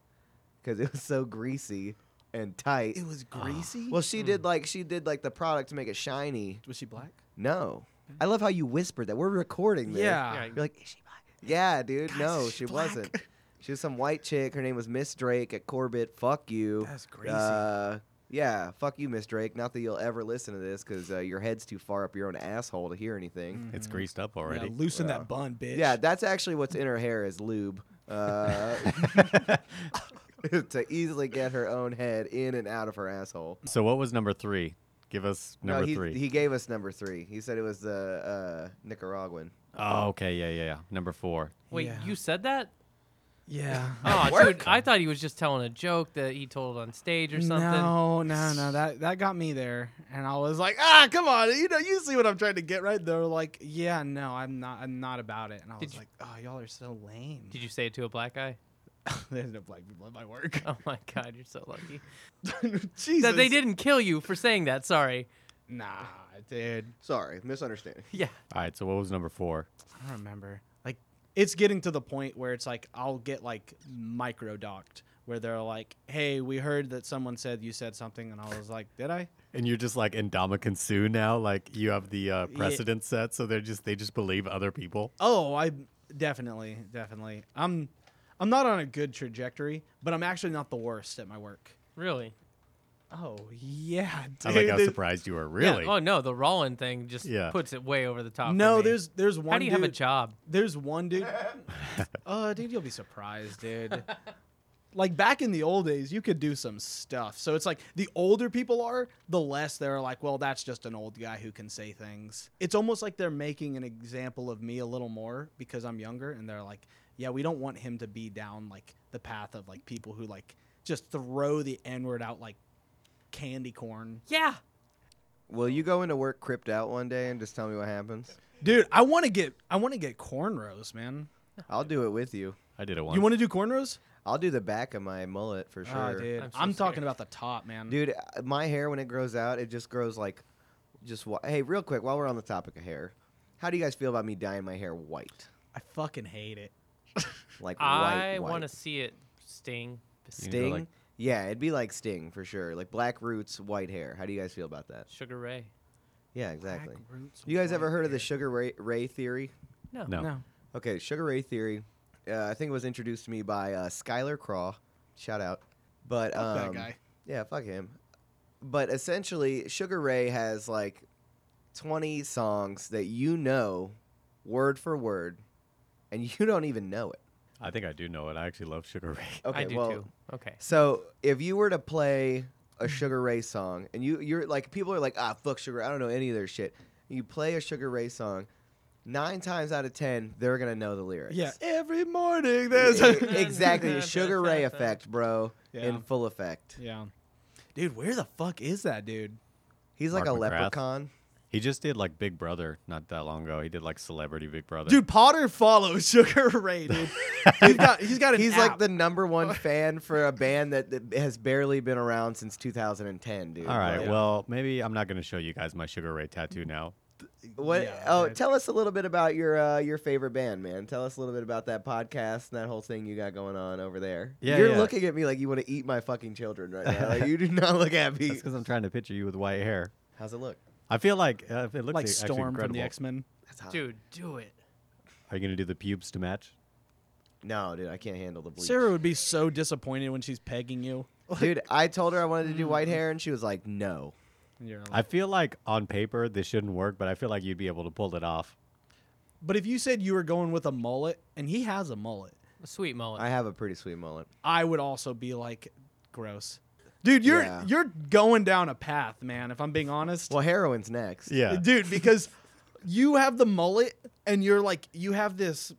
Speaker 1: because it was so greasy and tight.
Speaker 5: It was greasy. Mm.
Speaker 1: well, she did like she did like the product to make it shiny.
Speaker 5: was she black?
Speaker 1: No, I love how you whispered that. We're recording this.
Speaker 5: Mm-hmm. Yeah.
Speaker 4: Yeah.
Speaker 1: You're like, is she black? Yeah, dude. no,
Speaker 5: is she
Speaker 1: she
Speaker 5: black?
Speaker 1: wasn't. She was some white chick. Her name was Miss Drake at Corbett. Fuck you.
Speaker 5: That's crazy.
Speaker 1: Uh, yeah, fuck you, Miss Drake. Not that you'll ever listen to this because uh, your head's too far up your own asshole to hear
Speaker 5: Mm-hmm.
Speaker 1: anything.
Speaker 3: It's greased up
Speaker 5: Yeah,
Speaker 3: already.
Speaker 5: loosen that bun, bitch.
Speaker 1: Yeah, that's actually what's in her hair is lube. Uh, to easily get her own head in and out of her asshole.
Speaker 3: so what was number three? Give us number
Speaker 1: no, he,
Speaker 3: three.
Speaker 1: he gave us number three. He said it was the uh, Nicaraguan.
Speaker 3: oh, okay, yeah, yeah, yeah. Number four.
Speaker 4: Wait,
Speaker 5: Yeah.
Speaker 4: you said that?
Speaker 5: Yeah.
Speaker 4: Oh, dude, I thought he was just telling a joke that he told on stage or something.
Speaker 5: No, no, no. That that got me there, and I was like, ah, come on. You know, you see what I'm trying to get right. They're like, yeah, no, I'm not. I'm not about it. And I
Speaker 4: Did
Speaker 5: was
Speaker 4: you-
Speaker 5: like, oh, y'all are so lame.
Speaker 4: Did you say it to a black guy?
Speaker 5: There's no black people at my work.
Speaker 4: Oh my god, you're so lucky.
Speaker 5: Jesus.
Speaker 4: That they didn't kill you for saying that, sorry.
Speaker 5: Nah, dude.
Speaker 1: Sorry, misunderstanding.
Speaker 4: Yeah.
Speaker 3: All right, so what was number four?
Speaker 5: I don't remember. Like, it's getting to the point where it's like I'll get like micro docked, where they're like, "Hey, we heard that someone said you said something," and I was like, "Did I?"
Speaker 3: And you're just like Indomitian Sue now, like you have the uh,
Speaker 5: Yeah.
Speaker 3: precedent set, so they're just they just believe other people.
Speaker 5: Oh, I Definitely, definitely. I'm I'm not on a good trajectory, but I'm actually not the worst at my work.
Speaker 4: Really?
Speaker 5: Oh yeah,
Speaker 3: I like how
Speaker 5: dude.
Speaker 3: surprised you were. Really?
Speaker 4: Yeah. Oh no, the Rollin thing just
Speaker 3: Yeah.
Speaker 4: puts it way over the top. for
Speaker 5: No,
Speaker 4: me.
Speaker 5: there's there's one.
Speaker 4: How do you have a
Speaker 5: dude-
Speaker 4: job?
Speaker 5: There's one dude. Oh, dude, you'll be surprised, dude. like back in the old days, you could do some stuff. So it's like the older people are, the less they're like, well, that's just an old guy who can say things. It's almost like they're making an example of me a little more because I'm younger, and they're like, yeah, we don't want him to be down like the path of like people who like just throw the N word out like candy corn.
Speaker 4: Yeah.
Speaker 1: Will you go into work cripped out one day and just tell me what happens?
Speaker 5: Dude, I want to get I want to get cornrows, man.
Speaker 1: I'll do it with you.
Speaker 3: I did it once.
Speaker 5: You want to do cornrows?
Speaker 1: I'll do the back of my mullet for sure.
Speaker 5: Oh, dude, I'm,
Speaker 4: I'm so scared.
Speaker 5: talking about the top, man.
Speaker 1: Dude, uh, my hair when it grows out, it just grows like just wh- Hey, real quick, while we're on the topic of hair, how do you guys feel about me dyeing my hair white?
Speaker 5: I fucking hate it.
Speaker 1: Like
Speaker 4: I
Speaker 1: white, white.
Speaker 4: want to see it
Speaker 3: You
Speaker 4: sting.
Speaker 3: can go
Speaker 1: Sting?
Speaker 3: like-
Speaker 1: yeah, it'd be like Sting for sure. Like black roots, white hair. How do you guys feel about that?
Speaker 4: Sugar Ray.
Speaker 1: Yeah, exactly.
Speaker 5: Black roots,
Speaker 1: You guys
Speaker 5: white
Speaker 1: ever heard of the
Speaker 5: hair.
Speaker 1: Sugar Ray, Ray theory?
Speaker 4: No.
Speaker 3: No.
Speaker 5: No.
Speaker 1: Okay, Sugar Ray theory. Uh, I think it was introduced to me by uh, Skylar Craw. Shout out. But
Speaker 5: Fuck
Speaker 1: um,
Speaker 5: that guy.
Speaker 1: Yeah, fuck him. But essentially, Sugar Ray has like 20 songs that you know word for word, and you don't even know it.
Speaker 3: I think I do know it. I actually love Sugar Ray.
Speaker 1: Okay,
Speaker 4: I do
Speaker 1: well,
Speaker 4: too. Okay.
Speaker 1: so if you were to play a Sugar Ray song, and you you're like people are like ah fuck Sugar, Ray, I don't know any of their shit. You play a Sugar Ray song, nine times out of ten they're gonna know the lyrics. E-,
Speaker 5: Yeah. Every morning there's a
Speaker 1: exactly the Sugar Ray effect, bro,
Speaker 5: Yeah.
Speaker 1: in full effect.
Speaker 5: Yeah. Dude, where the fuck is that dude?
Speaker 1: He's like
Speaker 3: Mark
Speaker 1: a
Speaker 3: McGrath.
Speaker 1: leprechaun.
Speaker 3: He just did like Big Brother not that long ago. He did like Celebrity Big Brother.
Speaker 5: Dude, Potter follows Sugar Ray, dude. he's got he's got an
Speaker 1: He's like
Speaker 5: app.
Speaker 1: the number one fan for a band that, that has barely been around since 2010, dude.
Speaker 3: All right.
Speaker 1: Like,
Speaker 3: Well, maybe I'm not going to show you guys my Sugar Ray tattoo now.
Speaker 1: what?
Speaker 5: Yeah,
Speaker 1: oh,
Speaker 5: right.
Speaker 1: tell us a little bit about your uh, your favorite band, man. Tell us a little bit about that podcast and that whole thing you got going on over there.
Speaker 3: Yeah,
Speaker 1: you're
Speaker 3: yeah.
Speaker 1: looking at me like you want to eat my fucking children right now. Like, you do not look at
Speaker 3: That's
Speaker 1: me.
Speaker 3: because I'm trying to picture you with white hair.
Speaker 1: How's it look?
Speaker 3: I feel like uh, it looks
Speaker 5: like
Speaker 3: actually
Speaker 5: Storm from the
Speaker 3: incredible.
Speaker 5: X-Men.
Speaker 1: That's hot.
Speaker 4: Dude, do it.
Speaker 3: Are you going to do the pubes to match?
Speaker 1: No, dude, I can't handle the bleach.
Speaker 5: Sarah would be so disappointed when she's pegging you.
Speaker 1: Dude, I told her I wanted to do
Speaker 3: Mm.
Speaker 1: white hair, and she was like, "No."
Speaker 5: And you're
Speaker 3: I
Speaker 5: like,
Speaker 3: feel like on paper this shouldn't work, but I feel like you'd be able to pull it off.
Speaker 5: but if you said you were going with a mullet and he has a mullet,
Speaker 4: A sweet mullet.
Speaker 1: I have a pretty sweet mullet.
Speaker 5: I would also be like gross. Dude, you're
Speaker 1: Yeah.
Speaker 5: you're going down a path, man, if I'm being honest.
Speaker 1: Well, heroin's next.
Speaker 3: Yeah.
Speaker 5: dude because you have the mullet and you're like you have this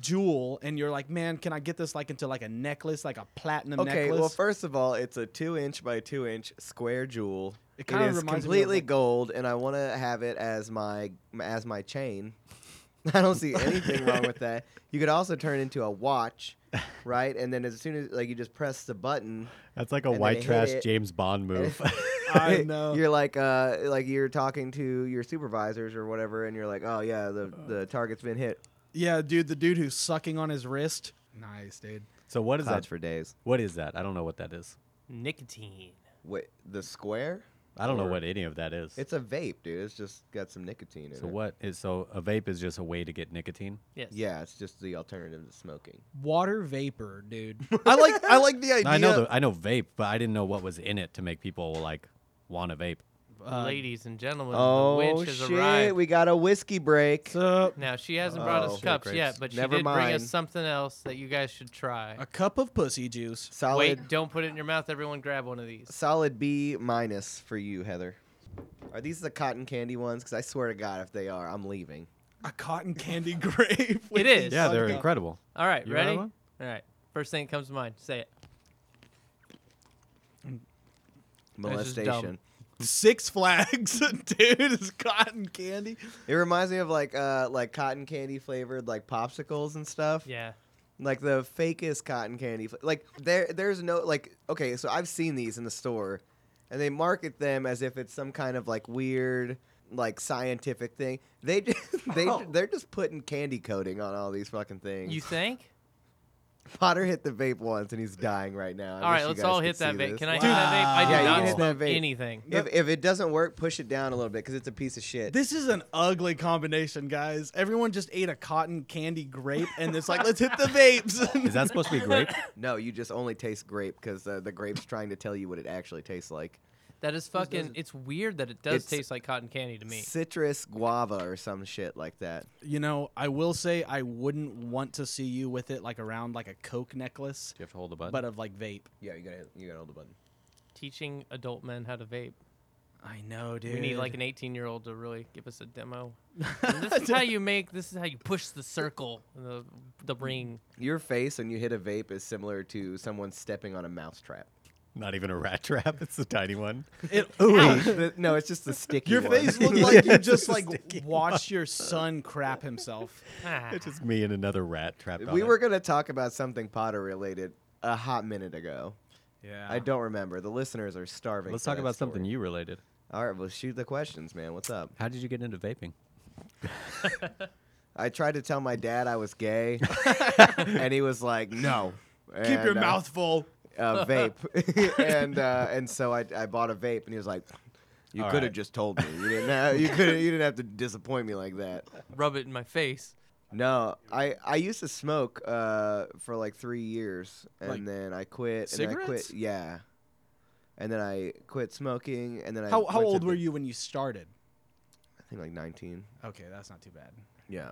Speaker 5: jewel and you're like man can i get this like into like a necklace like a platinum
Speaker 1: Okay,
Speaker 5: necklace
Speaker 1: well, first of all, it's a two inch by two inch square jewel.
Speaker 5: It
Speaker 1: It,
Speaker 5: kinda
Speaker 1: is
Speaker 5: reminds me of,
Speaker 1: completely
Speaker 5: like-
Speaker 1: gold, and I want to have it as my as my chain. I don't see anything wrong with that. You could also turn it into a watch, right? And then as soon as like you just press the button,
Speaker 3: That's like a
Speaker 1: And then
Speaker 3: white
Speaker 1: hit
Speaker 3: trash
Speaker 1: it.
Speaker 3: James Bond move.
Speaker 5: I know.
Speaker 1: you're like uh like you're talking to your supervisors or whatever, and you're like, oh yeah, the the target's been hit.
Speaker 5: yeah dude the dude who's sucking on his wrist nice dude
Speaker 3: so what is
Speaker 1: Clouds
Speaker 3: that?
Speaker 1: for days.
Speaker 3: What is that? I don't know what that is.
Speaker 4: Nicotine.
Speaker 1: Wait, the square?
Speaker 3: I don't know
Speaker 1: Or-
Speaker 3: what any of that is.
Speaker 1: It's a vape, dude. It's just got some nicotine in
Speaker 3: so
Speaker 1: it.
Speaker 3: what is so a vape is just a way to get nicotine.
Speaker 4: Yes.
Speaker 1: Yeah, it's just the alternative to smoking.
Speaker 5: water vapor dude i like i like the idea
Speaker 3: No, I know the, I know vape, but I didn't know what was in it to make people like want to vape.
Speaker 5: Uh,
Speaker 4: Ladies and gentlemen, the
Speaker 1: Oh
Speaker 4: witch has
Speaker 1: shit!
Speaker 4: arrived.
Speaker 1: We got a whiskey break.
Speaker 5: so
Speaker 4: now she hasn't brought
Speaker 1: Oh,
Speaker 4: us
Speaker 1: shit,
Speaker 4: cups
Speaker 1: grapes.
Speaker 4: yet, but she
Speaker 1: Never
Speaker 4: did bring us
Speaker 1: mind.
Speaker 4: something else that you guys should try.
Speaker 5: a cup of pussy juice
Speaker 1: Solid,
Speaker 4: Wait, don't put it in your mouth. Everyone grab one of these.
Speaker 1: solid B minus for you, Heather. Are these the cotton candy ones? Because I swear to God, if they are, I'm leaving.
Speaker 5: a cotton candy grape with
Speaker 4: It is.
Speaker 3: Yeah, they're
Speaker 5: sucker.
Speaker 3: incredible.
Speaker 4: All right,
Speaker 3: You got
Speaker 4: ready? All
Speaker 3: one?
Speaker 4: right. First thing that comes to mind, say it. just dumb.
Speaker 1: Molestation.
Speaker 5: six flags dude is cotton candy
Speaker 1: It reminds me of like uh like cotton candy flavored like popsicles and stuff.
Speaker 4: Yeah.
Speaker 1: Like the fakest cotton candy. fla- Like there there's no like okay, so I've seen these in the store and they market them as if it's some kind of like weird like scientific thing.
Speaker 4: Oh.
Speaker 1: They just, they they're just putting candy coating on all these fucking things.
Speaker 4: You think?
Speaker 1: Potter hit the vape once and he's dying right now. I
Speaker 4: All
Speaker 1: wish
Speaker 4: right,
Speaker 1: you
Speaker 4: let's
Speaker 1: guys
Speaker 4: all
Speaker 1: could
Speaker 4: hit that
Speaker 1: see
Speaker 4: vape.
Speaker 1: this.
Speaker 4: Can I hit
Speaker 5: Dude.
Speaker 4: that vape? I did
Speaker 5: Yeah, you
Speaker 4: not
Speaker 5: can hit
Speaker 1: that
Speaker 4: smoke
Speaker 1: vape.
Speaker 4: anything.
Speaker 1: If, if it doesn't work, push it down a little bit because it's a piece of shit.
Speaker 5: This is an ugly combination, guys. Everyone just ate a cotton candy grape, and it's like, let's hit the vapes.
Speaker 3: Is that supposed to be grape?
Speaker 1: no, you just only taste grape because uh, the grape's trying to tell you what it actually tastes like.
Speaker 4: That is fucking. It's weird that it does
Speaker 1: It's-
Speaker 4: taste like cotton candy to me.
Speaker 1: Citrus guava or some shit like that.
Speaker 5: you know, I will say I wouldn't want to see you with it like around like a Coke necklace,
Speaker 3: you have to hold the button.
Speaker 5: but of like vape.
Speaker 1: Yeah, you gotta you gotta hold the button.
Speaker 4: Teaching adult men how to vape.
Speaker 5: I know, dude.
Speaker 4: We need like an 18 year old to really give us a demo. And this is how you make. This is how you push the circle, the the ring.
Speaker 1: Your face when you hit a vape is similar to someone stepping on a mousetrap.
Speaker 3: Not even a rat trap. It's a tiny one.
Speaker 5: It,
Speaker 1: The- no, it's just the sticky.
Speaker 5: your
Speaker 1: one.
Speaker 5: face looked like you just like watched your son crap himself.
Speaker 4: Ah.
Speaker 3: It's just me and another rat trap.
Speaker 1: we were gonna talk about something Potter related a hot minute ago.
Speaker 5: Yeah.
Speaker 1: I don't remember. The listeners are starving.
Speaker 3: Let's
Speaker 1: for
Speaker 3: talk
Speaker 1: that
Speaker 3: about
Speaker 1: story.
Speaker 3: something you related.
Speaker 1: All right, well, shoot the questions, man. What's up?
Speaker 3: How did you get into vaping?
Speaker 1: I tried to tell my dad I was gay, and he was like, "No,
Speaker 5: Keep your
Speaker 1: And, uh,
Speaker 5: mouth full.
Speaker 1: uh, vape." and uh, and so I, I bought a vape, and he was like, "You
Speaker 3: All
Speaker 1: could have
Speaker 3: right.
Speaker 1: just told me. You didn't have, you could you didn't have to disappoint me like that."
Speaker 4: Rub it in my face.
Speaker 1: No, I, I used to smoke uh, for like three years, and
Speaker 5: Like
Speaker 1: then I quit. And I
Speaker 5: cigarettes?
Speaker 1: quit. Yeah, and then I quit smoking, and then I.
Speaker 5: How, how
Speaker 1: went to
Speaker 5: old were
Speaker 1: the-
Speaker 5: you when you started?
Speaker 1: I think like 19.
Speaker 5: Okay, that's not too bad.
Speaker 1: Yeah,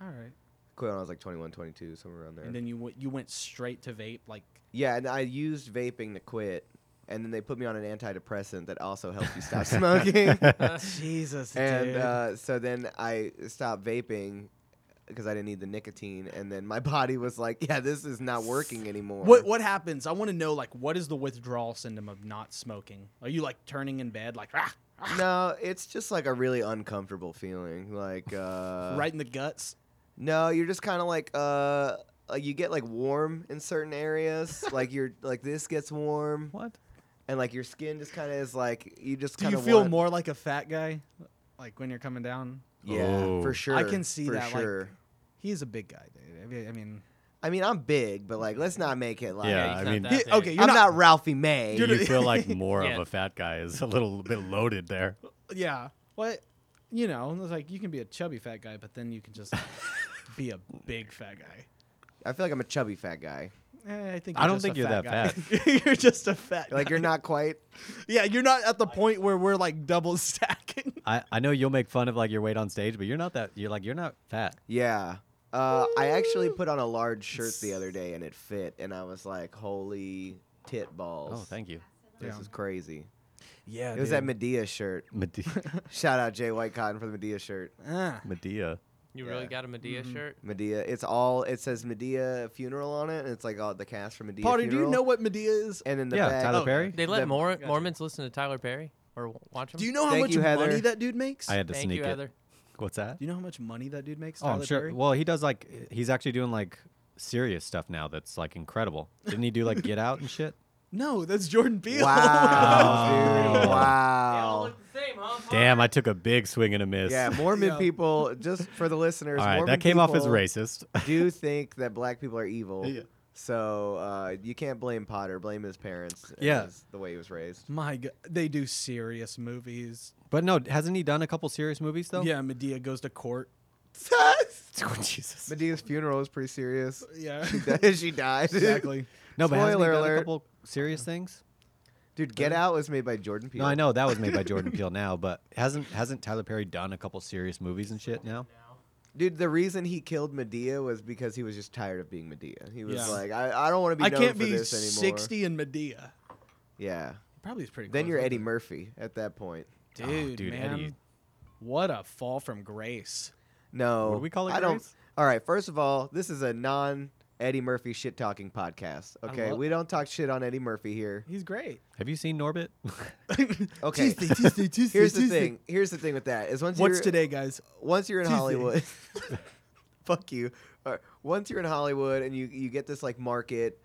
Speaker 5: All right.
Speaker 1: quit when I was like 21, 22, somewhere around there.
Speaker 5: And then you w- you went straight to vape, like
Speaker 1: Yeah, and I used vaping to quit, and then they put me on an antidepressant that also helps you stop smoking.
Speaker 5: Jesus,
Speaker 1: and uh, so then I stopped vaping because I didn't need the nicotine, and then my body was like, "Yeah, this is not working anymore."
Speaker 5: what what happens? I want to know like what is the withdrawal syndrome of not smoking? Are you like turning in bed like "Ah,"
Speaker 1: No, it's just like a really uncomfortable feeling. Like, uh,
Speaker 5: right in the guts?
Speaker 1: No, you're just kind of like, uh, like you get like warm in certain areas. like you're like this gets warm,
Speaker 3: What?
Speaker 1: and like your skin just kind of is like you just
Speaker 5: Do
Speaker 1: kind
Speaker 5: you
Speaker 1: of
Speaker 5: feel more like a fat guy, like when you're coming down?
Speaker 1: Yeah,
Speaker 3: Oh.
Speaker 1: for sure.
Speaker 5: I can see
Speaker 1: for
Speaker 5: that, like-
Speaker 1: Sure.
Speaker 5: He's a big guy, dude. I mean, I mean
Speaker 1: I mean, I'm big, but like, let's not make it like.
Speaker 3: Yeah,
Speaker 4: he's
Speaker 3: I
Speaker 4: not
Speaker 3: mean-
Speaker 4: that
Speaker 5: He-
Speaker 4: big.
Speaker 5: okay, you're
Speaker 1: I'm
Speaker 5: not,
Speaker 1: not Ralphie May.
Speaker 5: You're
Speaker 3: You feel like more
Speaker 4: Yeah.
Speaker 3: of a fat guy is a little bit loaded there.
Speaker 5: Yeah, what? You know, it's like you can be a chubby fat guy, but then you can just be a big fat guy.
Speaker 1: I feel like I'm a chubby fat guy.
Speaker 5: Eh, I think
Speaker 3: I
Speaker 5: you're
Speaker 3: don't
Speaker 5: just
Speaker 3: think
Speaker 5: a
Speaker 3: you're
Speaker 5: fat
Speaker 3: that
Speaker 5: guy. you're just a fat.
Speaker 1: Like
Speaker 5: guy.
Speaker 1: you're not quite.
Speaker 5: Yeah, you're not at the point where we're like double stacking.
Speaker 3: I, I know you'll make fun of like your weight on stage, but you're not that. You're like you're not fat.
Speaker 1: Yeah. Uh, I actually put on a large shirt the other day and it fit, and I was like, "Holy tit balls!"
Speaker 3: Oh, thank you.
Speaker 1: This
Speaker 5: Yeah.
Speaker 1: is crazy.
Speaker 5: Yeah,
Speaker 1: It was that Medea shirt.
Speaker 3: Medea.
Speaker 1: Shout out Jay White Cotton for the Medea shirt.
Speaker 5: Ah.
Speaker 3: Medea.
Speaker 4: You really
Speaker 1: Yeah. Mm-hmm.
Speaker 4: got a Medea shirt?
Speaker 1: Medea. It's all. It says Medea funeral on it, and it's like all the cast from Medea.
Speaker 5: Potter, do
Speaker 1: funeral.
Speaker 5: you know what Medea is?
Speaker 1: And then the Oh,
Speaker 3: Yeah,
Speaker 1: back.
Speaker 3: Tyler Perry.
Speaker 4: They let
Speaker 1: The-
Speaker 4: Mor- Mormons listen to Tyler Perry or w- watch him.
Speaker 5: Do you know how
Speaker 1: Thank
Speaker 5: much
Speaker 1: you, Heather.
Speaker 5: money that dude makes?
Speaker 3: I had to
Speaker 4: Thank
Speaker 3: sneak
Speaker 4: you,
Speaker 3: it.
Speaker 4: Heather.
Speaker 3: What's that?
Speaker 5: Do you know how much money that dude makes?
Speaker 3: Oh, I'm
Speaker 5: Tyler
Speaker 3: sure.
Speaker 5: Perry?
Speaker 3: Well, he does like he's actually doing like serious stuff now that's like incredible. Didn't he do like Get Out and shit?
Speaker 5: No, that's Jordan Peele.
Speaker 1: Wow, dude.
Speaker 3: Oh.
Speaker 1: Wow.
Speaker 4: the same, huh?
Speaker 3: Damn, I took a big swing and a miss.
Speaker 1: Yeah, Mormon
Speaker 5: Yeah.
Speaker 1: people. Just for the listeners,
Speaker 3: All right,
Speaker 1: Mormon
Speaker 3: that came off as
Speaker 1: people
Speaker 3: racist.
Speaker 1: Do think that black people are evil?
Speaker 3: Yeah.
Speaker 1: So uh, you can't blame Potter. Blame his parents. and
Speaker 3: Yeah.
Speaker 1: his- the way he was raised.
Speaker 5: My God, they do serious movies.
Speaker 3: But no, hasn't he done a couple serious movies though?
Speaker 5: Yeah, Medea goes to court.
Speaker 3: Jesus.
Speaker 1: Medea's funeral was pretty serious.
Speaker 5: Yeah,
Speaker 1: she died.
Speaker 5: exactly.
Speaker 3: No, but hasn't he
Speaker 1: Spoiler
Speaker 3: done
Speaker 1: alert.
Speaker 3: a couple serious things?
Speaker 1: Dude, Get Out was made by Jordan Peele.
Speaker 3: No, I know that was made by Jordan Peele now, but hasn't hasn't Tyler Perry done a couple serious movies and shit now?
Speaker 1: Dude, the reason he killed Medea was because he was just tired of being Medea. He was
Speaker 5: Yeah.
Speaker 1: like, I, I don't want to be
Speaker 5: I
Speaker 1: known
Speaker 5: can't
Speaker 1: for
Speaker 5: be
Speaker 1: this anymore.
Speaker 5: sixty and Medea.
Speaker 1: Yeah.
Speaker 5: Probably is pretty.
Speaker 1: Then
Speaker 5: close,
Speaker 1: you're
Speaker 5: isn't
Speaker 1: Eddie
Speaker 5: it?
Speaker 1: Murphy at that point.
Speaker 5: dude.
Speaker 3: Oh, dude,
Speaker 5: man,
Speaker 3: Eddie.
Speaker 5: what a fall from grace.
Speaker 1: No.
Speaker 3: What do we call it,
Speaker 1: I don't.
Speaker 3: Grace?
Speaker 1: All right. First of all, this is a non Eddie Murphy shit talking podcast. Okay.
Speaker 5: love-
Speaker 1: we don't talk shit on Eddie Murphy here.
Speaker 5: He's great.
Speaker 3: Have you seen Norbit?
Speaker 1: Okay.
Speaker 5: Tuesday, Tuesday, Tuesday.
Speaker 1: Here's the
Speaker 5: Tuesday.
Speaker 1: thing. Here's the thing with that is once
Speaker 5: What's
Speaker 1: you're,
Speaker 5: today, guys?
Speaker 1: once you're in
Speaker 5: Tuesday.
Speaker 1: Hollywood, fuck you. All right, Once you're in Hollywood and you you get this like market,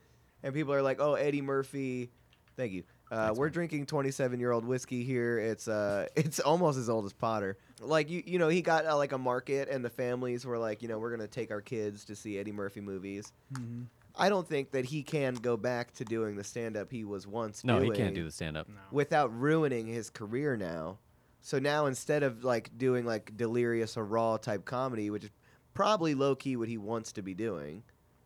Speaker 1: and people are like, "Oh, Eddie Murphy, thank you." Uh, we're drinking 27 year old whiskey here. It's uh, it's almost as old as Potter. Like you you know he got
Speaker 3: Mm-hmm.
Speaker 1: uh, like a market, and the families were like, you know, we're gonna take our kids to see Eddie Murphy movies. I don't think that he can go back to doing the stand up he was once
Speaker 3: No,
Speaker 1: doing
Speaker 3: he can't do the stand up.
Speaker 1: without ruining his career now. So now instead of like doing like delirious or raw type comedy, which is probably low key what he wants to be doing,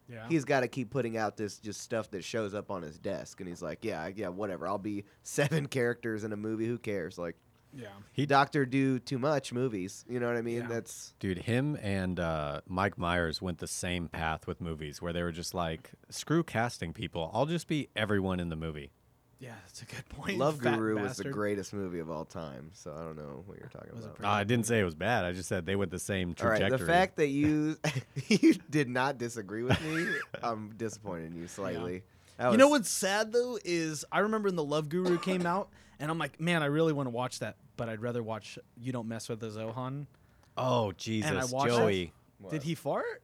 Speaker 5: Yeah.
Speaker 1: he's got to keep putting out this just stuff that shows up on his desk, and he's like, yeah, yeah, whatever. I'll be seven characters in a movie. Who cares? Like
Speaker 5: yeah.
Speaker 1: he doctor do too much movies. You know what I mean?
Speaker 5: Yeah.
Speaker 1: That's
Speaker 3: Dude, him and uh, Mike Myers went the same path with movies where they were just like, screw casting people. I'll just be everyone in the movie.
Speaker 5: Yeah, that's a good point.
Speaker 1: Love
Speaker 5: fat
Speaker 1: Guru was the
Speaker 5: bastard.
Speaker 1: greatest movie of all time. So I don't know what you're talking
Speaker 5: Was it
Speaker 1: about.
Speaker 5: pretty-
Speaker 3: Uh, I didn't say it was bad. I just said they went the same
Speaker 1: All
Speaker 3: trajectory.
Speaker 1: right, the fact that you you did not disagree with me, I'm disappointed in you slightly. That
Speaker 5: You know
Speaker 1: was-
Speaker 5: what's sad though is I remember when the Love Guru came out, and I'm like, man, I really want to watch that, but I'd rather watch You Don't Mess with the Zohan.
Speaker 3: oh, Jesus.
Speaker 5: watched it.
Speaker 3: Joey.
Speaker 5: Did he fart?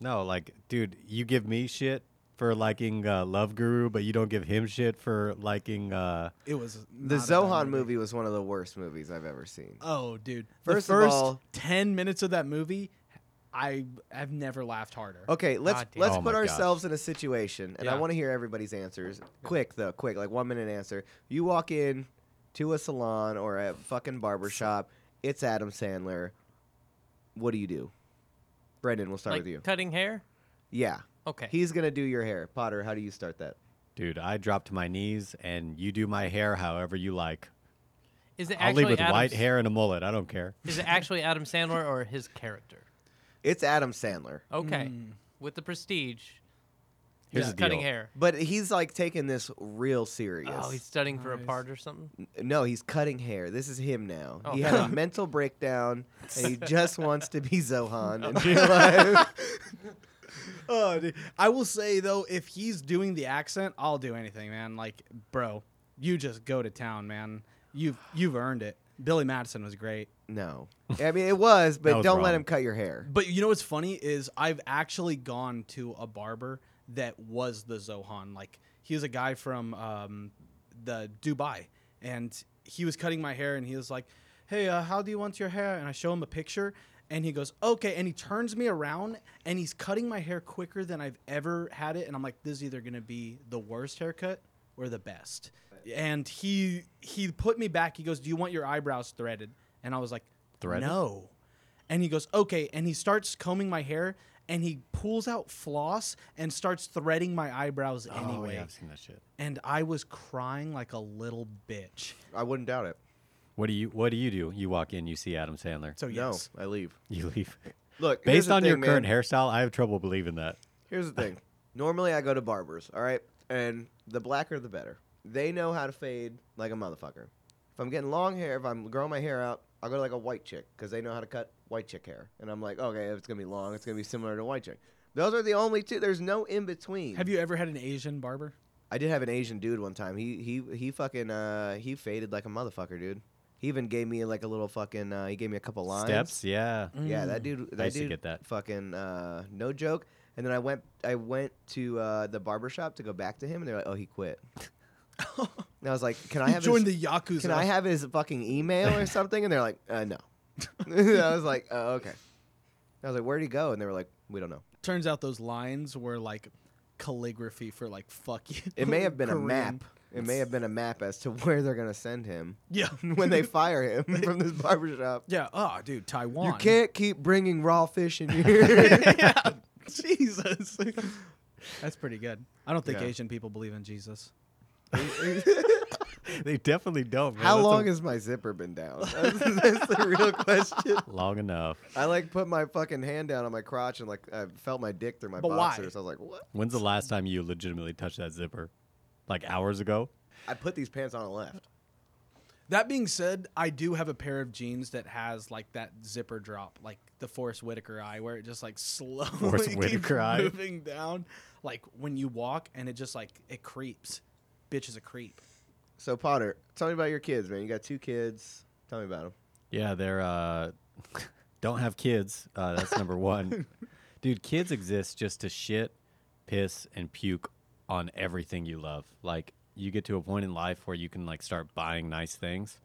Speaker 3: No, like, dude, you give me shit for liking uh, Love Guru, but you don't give him shit for liking. Uh,
Speaker 5: It was
Speaker 1: the
Speaker 5: not a bad
Speaker 1: Zohan movie Uh, was one of the worst movies I've ever seen.
Speaker 5: Oh, dude.
Speaker 1: First
Speaker 5: the
Speaker 1: of
Speaker 5: first
Speaker 1: all-
Speaker 5: ten minutes of that movie, I have never laughed harder.
Speaker 1: Okay, let's
Speaker 4: God damn.
Speaker 1: let's
Speaker 3: Oh
Speaker 1: put
Speaker 3: my gosh.
Speaker 1: ourselves in a situation, and I
Speaker 5: Yeah.
Speaker 1: want to hear everybody's answers. Quick though, quick, like one minute answer. You walk in to a salon or a fucking barber shop. It's Adam Sandler. What do you do, Brendan? We'll start
Speaker 4: like
Speaker 1: with you.
Speaker 4: cutting hair.
Speaker 1: Yeah,
Speaker 4: Okay.
Speaker 1: he's gonna do your hair. Potter, how do you start that?
Speaker 3: dude, I drop to my knees and you do my hair however you like.
Speaker 4: is it
Speaker 3: I'll leave
Speaker 4: actually
Speaker 3: with
Speaker 4: Adam?
Speaker 3: white hair and a mullet. I don't care.
Speaker 4: Is it actually Adam Sandler or his character?
Speaker 1: It's Adam Sandler.
Speaker 4: Okay. With the prestige,
Speaker 3: Here's
Speaker 4: he's
Speaker 3: the deal.
Speaker 4: cutting hair.
Speaker 1: But he's like taking this real serious.
Speaker 4: Oh, he's studying for a
Speaker 5: Nice.
Speaker 4: part or something.
Speaker 1: no, he's cutting hair. This is him now.
Speaker 4: Oh.
Speaker 1: He had a mental breakdown, and he just wants to be Zohan in real life.
Speaker 5: Oh, dude. I will say though, if he's doing the accent, I'll do anything, man. Like, bro, you just go to town, man. You've you've earned it. Billy Madison was great.
Speaker 1: No, I mean it was, but
Speaker 3: That was
Speaker 1: don't let
Speaker 3: wrong.
Speaker 1: him cut your hair.
Speaker 5: But you know what's funny is I've actually gone to a barber that was the Zohan. Like he was a guy from um, the Dubai, and he was cutting my hair, and he was like, "Hey, uh, how do you want your hair?" And I show him a picture, and he goes, "Okay." And he turns me around, and he's cutting my hair quicker than I've ever had it, and I'm like, "This is either gonna be the worst haircut or the best." And he he put me back. He goes, "Do you want your eyebrows threaded?" And I was like,
Speaker 3: Threaded?
Speaker 5: "No." And he goes, okay. And he starts combing my hair and he pulls out floss and starts threading my eyebrows
Speaker 3: Oh,
Speaker 5: anyway.
Speaker 3: yeah, I've seen that shit.
Speaker 5: And I was crying like a little bitch.
Speaker 1: I wouldn't doubt it.
Speaker 3: What do you What do you do? You walk in, you see Adam Sandler,
Speaker 4: Oh,
Speaker 5: So, yes.
Speaker 1: No, I leave.
Speaker 3: you leave.
Speaker 1: Look, here's
Speaker 3: Based
Speaker 1: the
Speaker 3: on your
Speaker 1: thing,
Speaker 3: current
Speaker 1: man.
Speaker 3: hairstyle, I have trouble believing that.
Speaker 1: Here's the thing. Normally I go to barbers, all right? And the blacker the better. They know how to fade like a motherfucker. If I'm getting long hair, if I'm growing my hair out, I'll go to like a white chick because they know how to cut white chick hair. And I'm like, okay, if it's going to be long, it's going to be similar to a white chick. Those are the only two. There's no in between.
Speaker 5: Have you ever had an Asian barber?
Speaker 1: I did have an Asian dude one time. He he he fucking uh he faded like a motherfucker, dude. He even gave me like a little fucking uh, he gave me a couple lines.
Speaker 3: Steps, yeah.
Speaker 1: Yeah, that dude. That
Speaker 3: Mm. used to
Speaker 1: dude
Speaker 3: get that.
Speaker 1: Fucking uh, no joke. And then I went, I went to uh, the barber shop to go back to him, and they're like, "Oh, he quit." and I was like, "Can I
Speaker 5: You
Speaker 1: have
Speaker 5: joined
Speaker 1: his,
Speaker 5: the Yakuza.
Speaker 1: Can I have his fucking email or something?" And they're like, uh, "No." I was like, "Oh, okay." I was like, "Where'd he go?" And they were like, "We don't know."
Speaker 5: Turns out those lines were like calligraphy for like fuck you.
Speaker 1: It may have been a
Speaker 5: Korean.
Speaker 1: map. It may have been a map as to where they're gonna send him
Speaker 5: Yeah.
Speaker 1: when they fire him from this barber shop.
Speaker 5: yeah. Oh, dude, Taiwan.
Speaker 1: You can't keep bringing raw fish in here.
Speaker 5: yeah. Jesus. That's pretty good. I don't think
Speaker 1: Yeah.
Speaker 5: Asian people believe in Jesus.
Speaker 3: They definitely don't. Man.
Speaker 1: Mm. How
Speaker 3: That's a-
Speaker 1: long has my zipper been down? That's, that's the real question.
Speaker 3: long enough?
Speaker 1: I like put my fucking hand down on my crotch and like I felt my dick through my
Speaker 5: But why?
Speaker 1: boxers. I was like, what?
Speaker 3: When's the last time you legitimately touched that zipper? Like hours ago?
Speaker 1: I put these pants on and left.
Speaker 5: That being said, I do have a pair of jeans that has like that zipper drop, like the Forrest Whitaker eye, where it just like slowly keeps
Speaker 3: Whitaker eye.
Speaker 5: moving down, like when you walk, and it just like it creeps. Bitch is a creep.
Speaker 1: So Potter, tell me about your kids, man. You got two kids. Tell me about them.
Speaker 3: Yeah, they're uh, don't have kids. Uh, that's number one. Dude, kids exist just to shit, piss, and puke on everything you love. Like you get to a point in life where you can like start buying nice things,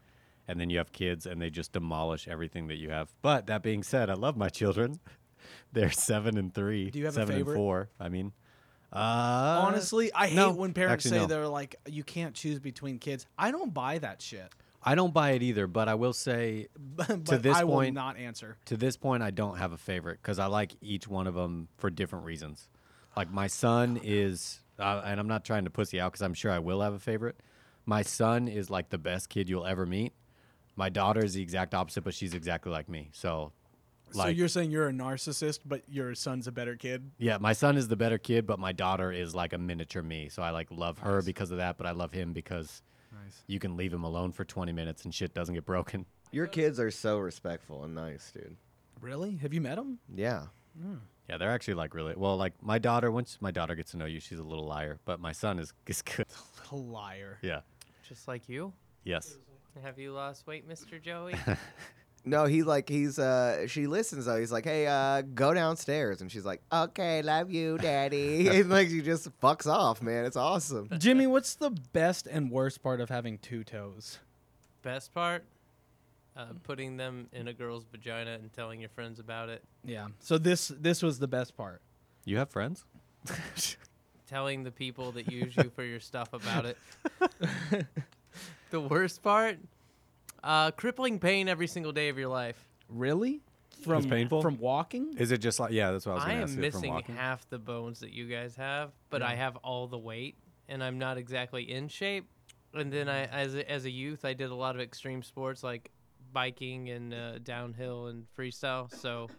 Speaker 3: and then you have kids, and they just demolish everything that you have. But that being said, I love my children. They're seven and three.
Speaker 5: Do you have a
Speaker 3: seven and
Speaker 5: favorite?
Speaker 3: four? I mean, Uh,
Speaker 5: Honestly, I hate
Speaker 3: no.
Speaker 5: when parents
Speaker 3: Actually,
Speaker 5: say
Speaker 3: no.
Speaker 5: they're like, you can't choose between kids. I don't buy that shit.
Speaker 3: I don't buy it either, but I will say
Speaker 5: but
Speaker 3: To this
Speaker 5: I
Speaker 3: point-
Speaker 5: will not answer.
Speaker 3: to this point, I don't have a favorite because I like each one of them for different reasons. Like my son is, uh, and I'm not trying to pussy out because I'm sure I will have a favorite. My son is like the best kid you'll ever meet. My daughter is the exact opposite, but she's exactly like me. So,
Speaker 5: so
Speaker 3: like,
Speaker 5: you're saying you're a narcissist, but your son's a better kid.
Speaker 3: yeah, my son is the better kid, but my daughter is like a miniature me. So I like love her because of that, but I love him because you can leave him alone for 20 minutes and shit doesn't get broken.
Speaker 1: Your kids are so respectful and nice, dude.
Speaker 5: Really? Have you met him?
Speaker 1: Yeah.
Speaker 3: Yeah, they're actually like really well. Like my daughter, once my daughter gets to know you, she's a little liar. But my son is is good.
Speaker 5: Little liar.
Speaker 3: Yeah.
Speaker 4: Just like you.
Speaker 3: Yes.
Speaker 4: Have you lost weight, Mr. Joey?
Speaker 1: No, he like he's uh she listens though. He's like, hey, uh, go downstairs, and she's like, okay, love you, daddy. and like she just fucks off, man. It's awesome.
Speaker 5: Jimmy, what's the best and worst part of having two toes?
Speaker 4: Best part? Uh, putting them in a girl's vagina and telling your friends about it.
Speaker 5: Yeah. So this this was the best part.
Speaker 3: You have friends?
Speaker 4: Telling the people that use you for your stuff about it. the worst part? Uh, crippling pain every single day of your life.
Speaker 5: Really? From
Speaker 3: painful?
Speaker 5: from walking?
Speaker 3: Is it just like yeah? That's what I was
Speaker 4: I
Speaker 3: gonna
Speaker 4: am
Speaker 3: ask you from
Speaker 4: missing
Speaker 3: walking.
Speaker 4: half the bones that you guys have, but I have all the weight, and I'm not exactly in shape. And then
Speaker 3: Mm.
Speaker 4: I, as a, as a youth, I did a lot of extreme sports like biking and uh, downhill and freestyle. So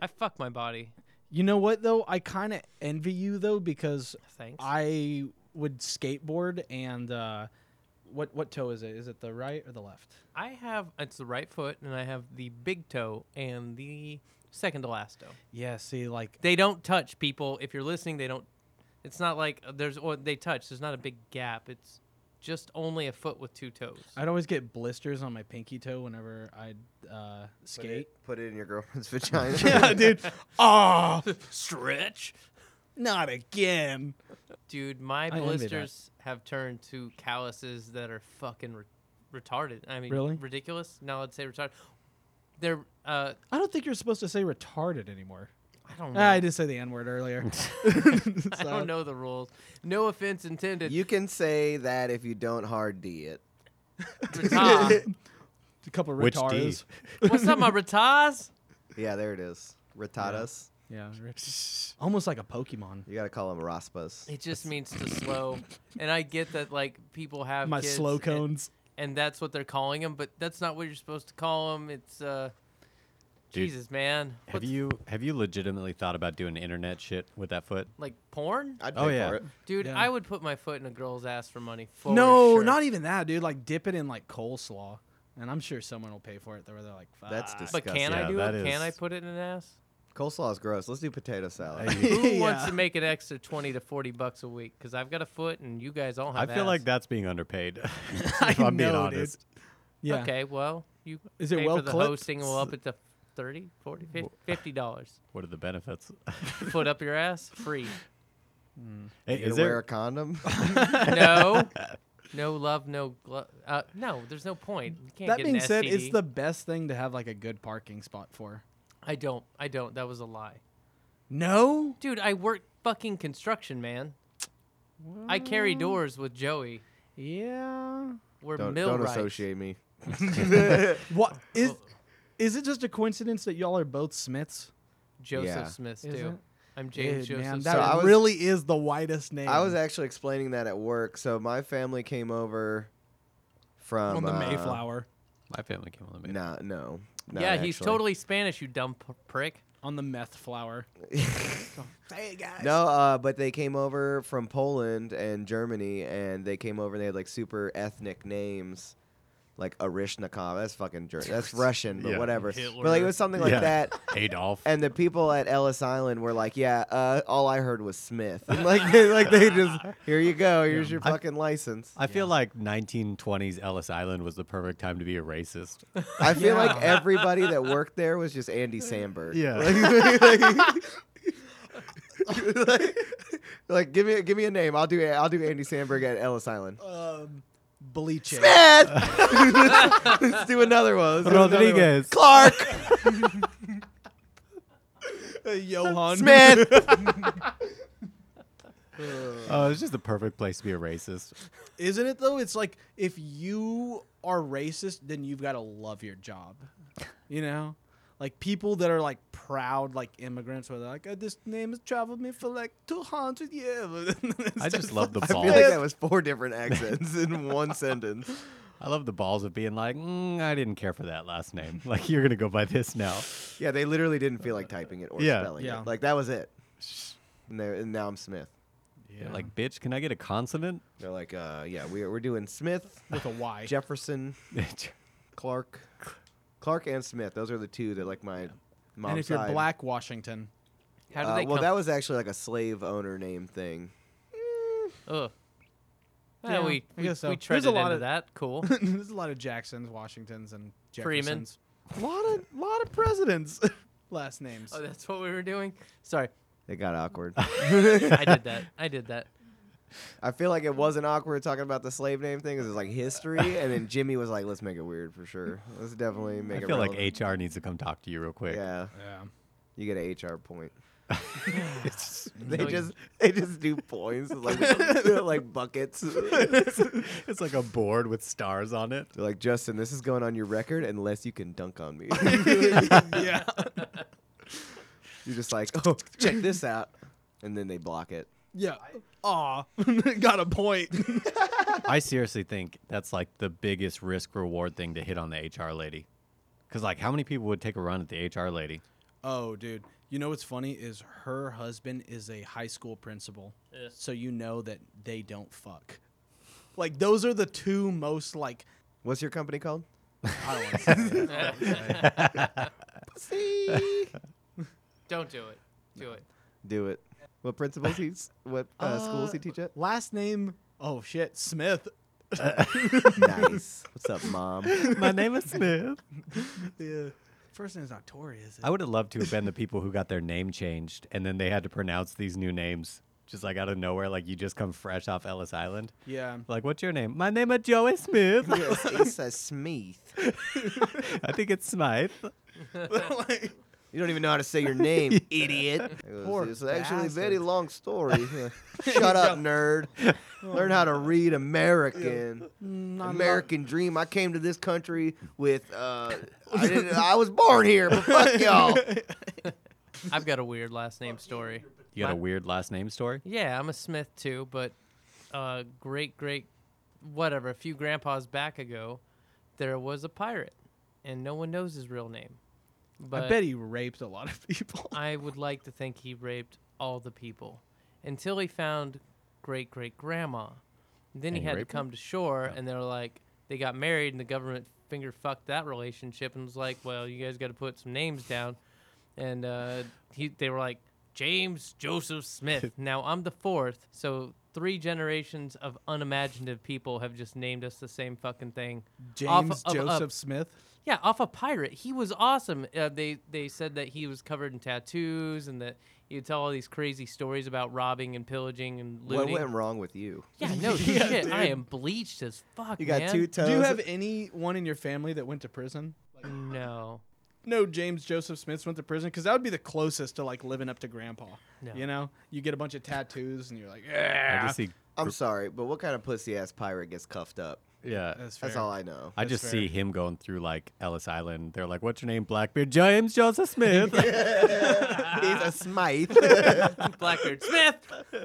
Speaker 4: I fuck my body.
Speaker 5: You know what though? I kind of envy you though because
Speaker 4: Thanks.
Speaker 5: I would skateboard and uh, what what toe is it? Is it the right or the left?
Speaker 4: I have it's the right foot, and I have the big toe and the second to last toe.
Speaker 5: Yeah. See, like
Speaker 4: They don't touch people. If you're listening, they don't. It's not like uh, there's or they touch. There's not a big gap. It's just only a foot with two toes.
Speaker 5: I'd always get blisters on my pinky toe whenever I'd uh, skate.
Speaker 1: Put it in your girlfriend's vagina.
Speaker 5: yeah, dude. Oh,
Speaker 4: Stretch.
Speaker 5: not again.
Speaker 4: Dude, my
Speaker 5: envy that.
Speaker 4: blisters have turned to calluses that are fucking re- retarded. I mean,
Speaker 5: Really?
Speaker 4: ridiculous. No, I'd say retarded. They're, uh,
Speaker 5: I don't think you're supposed to say retarded anymore.
Speaker 4: I don't know.
Speaker 5: Ah, I did say the N word earlier.
Speaker 4: I don't know the rules. No offense intended.
Speaker 1: you can say that if you don't hard D it.
Speaker 4: Retard.
Speaker 5: A couple of
Speaker 3: Which D?
Speaker 5: retards.
Speaker 4: What's up, my retards?
Speaker 1: Yeah, there it is. Retatas.
Speaker 5: Yeah, ret- almost like a Pokemon.
Speaker 1: You gotta call them raspas.
Speaker 4: It just means to slow. And I get that, like, people have
Speaker 5: My
Speaker 4: kids
Speaker 5: slow
Speaker 4: and-
Speaker 5: cones.
Speaker 4: And, that's what they're calling them, but that's not what you're supposed to call them. It's, uh,
Speaker 3: Dude,
Speaker 4: Jesus, man.
Speaker 3: Have
Speaker 4: What's-
Speaker 3: you have you legitimately thought about doing internet shit with that foot?
Speaker 4: Like porn?
Speaker 1: I'd pay
Speaker 3: Oh, yeah.
Speaker 1: for it.
Speaker 4: Dude,
Speaker 5: Yeah.
Speaker 4: I would put my foot in a girl's ass for money. For
Speaker 5: no,
Speaker 4: sure.
Speaker 5: not even that, dude. Like dip it in like coleslaw, and I'm sure someone will pay for it. They're, they're like, Fuck.
Speaker 1: That's
Speaker 4: But can
Speaker 3: Yeah,
Speaker 4: I do
Speaker 3: that
Speaker 4: it? Can I
Speaker 3: is-
Speaker 4: put it in an ass?
Speaker 1: Coleslaw is gross. Let's do potato salad.
Speaker 3: I,
Speaker 4: Who wants
Speaker 5: Yeah.
Speaker 4: to make an extra twenty to forty bucks a week? Because I've got a foot, and you guys all
Speaker 3: I
Speaker 4: have.
Speaker 3: feel like
Speaker 4: ass.
Speaker 3: that's being underpaid. if
Speaker 5: I
Speaker 3: I'm being
Speaker 5: know, dude.
Speaker 3: honest.
Speaker 5: Yeah.
Speaker 4: Okay, well, you
Speaker 5: Is it
Speaker 4: pay
Speaker 5: well
Speaker 4: for the
Speaker 5: clipped?
Speaker 4: hosting? We'll up it to 30 40 50 50 dollars.
Speaker 3: What are the benefits?
Speaker 4: Foot up your ass, free.
Speaker 3: Hey,
Speaker 1: You
Speaker 3: is
Speaker 1: gonna wear
Speaker 3: there
Speaker 1: a condom?
Speaker 4: No, no love, no glove. Uh, no, there's no point. You can't
Speaker 5: That
Speaker 4: get
Speaker 5: being
Speaker 4: an
Speaker 5: said, it's
Speaker 4: STD.
Speaker 5: the best thing to have like a good parking spot for.
Speaker 4: I don't. I don't. That was a lie,
Speaker 5: No.
Speaker 4: dude. I work fucking construction, man. I carry doors with Joey.
Speaker 5: Yeah.
Speaker 4: We're
Speaker 1: don't don't
Speaker 4: millwrights.
Speaker 1: associate me.
Speaker 4: Oh.
Speaker 5: What is? Is it just a coincidence that y'all are both Smiths?
Speaker 4: Joseph
Speaker 1: Yeah.
Speaker 4: Smith
Speaker 5: Is
Speaker 4: too.
Speaker 5: it?
Speaker 4: I'm James
Speaker 5: Dude,
Speaker 4: Joseph.
Speaker 5: man,
Speaker 4: Smith.
Speaker 5: that
Speaker 1: So I was-
Speaker 5: really is the whitest name.
Speaker 1: I was actually explaining that at work. So my family came over from
Speaker 5: on the
Speaker 1: uh,
Speaker 5: Mayflower.
Speaker 3: my family came on the mail.
Speaker 1: Nah, no, not
Speaker 4: yeah, he's
Speaker 1: actually.
Speaker 4: totally Spanish, you dumb p- prick.
Speaker 5: On the meth flower. hey guys.
Speaker 1: No, uh, but they came over from Poland and Germany, and they came over and they had like super ethnic names, like Arishnikov. That's fucking German. That's Russian, but
Speaker 3: Yeah.
Speaker 1: whatever. But like
Speaker 4: Hitler.
Speaker 1: it was something like
Speaker 3: Yeah.
Speaker 1: that.
Speaker 3: Adolf.
Speaker 1: And the people at Ellis Island were like, "Yeah, uh, all I heard was Smith." And like, they, like they just, "Here you go. Here's your
Speaker 3: I-
Speaker 1: fucking license."
Speaker 3: I feel like 1920s Ellis Island was the perfect time to be a racist.
Speaker 1: I feel like everybody that worked there was just Andy Samberg.
Speaker 3: Yeah.
Speaker 1: Like, like, like, give me give me a name. I'll do I'll do Andy Samberg at Ellis Island.
Speaker 3: Uh.
Speaker 5: Um, bleaching.
Speaker 1: Let's do another one. Let's do another one.
Speaker 3: Rodriguez.
Speaker 1: Clark
Speaker 5: Johan.
Speaker 1: Smith.
Speaker 3: Oh, it's just the perfect place to be a racist.
Speaker 5: Isn't it though? It's like if you are racist, then you've got to love your job. You know? Like people that are like proud, like immigrants, where they're like, oh, "This name has traveled me for like two hundred years."
Speaker 3: I just love the
Speaker 1: I feel
Speaker 3: balls.
Speaker 1: like that was four different accents in one sentence.
Speaker 3: I love the balls of being like, mm, I didn't care for that last name. Like you're gonna go by this now.
Speaker 1: Yeah, they literally didn't feel like typing it or
Speaker 3: Yeah.
Speaker 1: spelling
Speaker 5: Yeah.
Speaker 1: it. Like that was it. And, they're- and now I'm Smith.
Speaker 3: You're Like, bitch, can I get a consonant?
Speaker 1: They're like, uh, yeah, we're we're doing Smith,
Speaker 5: with a Y.
Speaker 1: Jefferson, Clark, Clark and Smith. Those are the two that like my mom's
Speaker 5: and if you're
Speaker 1: side.
Speaker 5: black, Washington.
Speaker 4: How do
Speaker 1: Uh,
Speaker 4: they
Speaker 1: well,
Speaker 4: come?
Speaker 1: that was actually like a slave owner name thing.
Speaker 4: Ugh. Yeah,
Speaker 5: Yeah,
Speaker 4: we,
Speaker 5: I
Speaker 4: we,
Speaker 5: guess so.
Speaker 4: we
Speaker 5: There's a
Speaker 4: treaded into
Speaker 5: lot of-
Speaker 4: that. Cool.
Speaker 5: There's a lot of Jacksons, Washingtons, and
Speaker 4: Freeman.
Speaker 5: Jeffersons. A lot of lot of presidents. Last names.
Speaker 4: oh, that's what we were doing. Sorry,
Speaker 1: It got awkward.
Speaker 4: I did that. I did that.
Speaker 1: I feel like it wasn't awkward talking about the slave name thing because it's like history, and then Jimmy was like, "Let's make it weird for sure. Let's definitely make
Speaker 3: I
Speaker 1: it."
Speaker 3: feel like
Speaker 1: relevant."
Speaker 3: HR needs to come talk to you real quick.
Speaker 1: Yeah,
Speaker 5: Yeah.
Speaker 1: you get a HR point.
Speaker 3: It's,
Speaker 1: They
Speaker 4: Like-
Speaker 1: just they just do points It's like they're like buckets. They're
Speaker 3: it's like a board with stars on it.
Speaker 1: like Justin, this is going on your record unless you can dunk on me.
Speaker 5: yeah.
Speaker 1: You're just like, oh, check this out, and then they block it.
Speaker 5: Yeah. Aw. got a point.
Speaker 3: I seriously think that's like the biggest risk reward thing to hit on the HR lady. Cause like, how many people would take a run at the HR lady?
Speaker 5: Oh, dude. You know what's funny is her husband is a high school principal.
Speaker 4: Yeah.
Speaker 5: So you know that they don't fuck. Like those are the two most like
Speaker 1: What's your company called?
Speaker 5: I don't want to say that.
Speaker 4: Don't do it. Do it.
Speaker 1: Do it. What principals he? What uh, schools he
Speaker 5: Uh,
Speaker 1: teach at?
Speaker 5: Last name oh shit, Smith.
Speaker 1: nice. What's up, mom?
Speaker 3: My name is Smith.
Speaker 5: Yeah. First name's not Tory, is it?
Speaker 3: I would have loved to have been the people who got their name changed and then they had to pronounce these new names just like out of nowhere. Like you just come fresh off Ellis Island.
Speaker 5: yeah.
Speaker 3: Like, what's your name? My name is Joey Smith.
Speaker 1: yes, it's a Smith.
Speaker 3: I think it's Smythe.
Speaker 5: Like,
Speaker 1: You don't even know how to say your name, idiot.
Speaker 5: Poor
Speaker 1: it's actually a very
Speaker 5: bastard.
Speaker 1: long story. Shut up, nerd. Learn how to read American. American dream. I came to this country with. Uh, I, didn't, I was born here, but fuck y'all.
Speaker 4: I've got a weird last name story.
Speaker 3: You got a
Speaker 4: My-
Speaker 3: weird last name story?
Speaker 4: Yeah, I'm a Smith too, but uh, great, great, whatever, a few grandpas back ago, there was a pirate, and no one knows his real name. But
Speaker 5: I bet he raped a lot of people.
Speaker 4: I would like to think he raped all the people until he found great great grandma. Then
Speaker 3: And
Speaker 4: he
Speaker 3: he
Speaker 4: had to
Speaker 3: raped
Speaker 4: come to shore, and they were like, they got married, and the government finger fucked that relationship and was like, well, you guys got to put some names down. And uh, he, they were like, James Joseph Smith. now I'm the fourth, so three generations of unimaginative people have just named us the same fucking thing. Off
Speaker 5: James
Speaker 4: of- of-
Speaker 5: Joseph Smith.
Speaker 4: yeah, off a pirate. He was awesome. Uh, they they said that he was covered in tattoos and that he'd tell all these crazy stories about robbing and pillaging and
Speaker 1: What
Speaker 4: looting.
Speaker 1: went wrong with you?
Speaker 4: yeah, no shit. I am bleached as fuck.
Speaker 1: You got
Speaker 4: man.
Speaker 1: two toes.
Speaker 5: Do you have anyone in your family that went to prison?
Speaker 4: No,
Speaker 5: no James Joseph Smiths went to prison because that would be the closest to like living up to grandpa.
Speaker 4: No.
Speaker 5: You know, you get a bunch of tattoos and you're like, yeah,
Speaker 3: I just see.
Speaker 1: I'm sorry, but what kind of pussy ass pirate gets cuffed up?
Speaker 3: Yeah.
Speaker 5: that's,
Speaker 1: That's
Speaker 5: fair.
Speaker 1: all I know.
Speaker 3: I just see him going through like Ellis Island. They're like, "What's your name?" Blackbeard James Joseph Smith.
Speaker 1: He's a Smythe.
Speaker 4: Blackbeard Smith.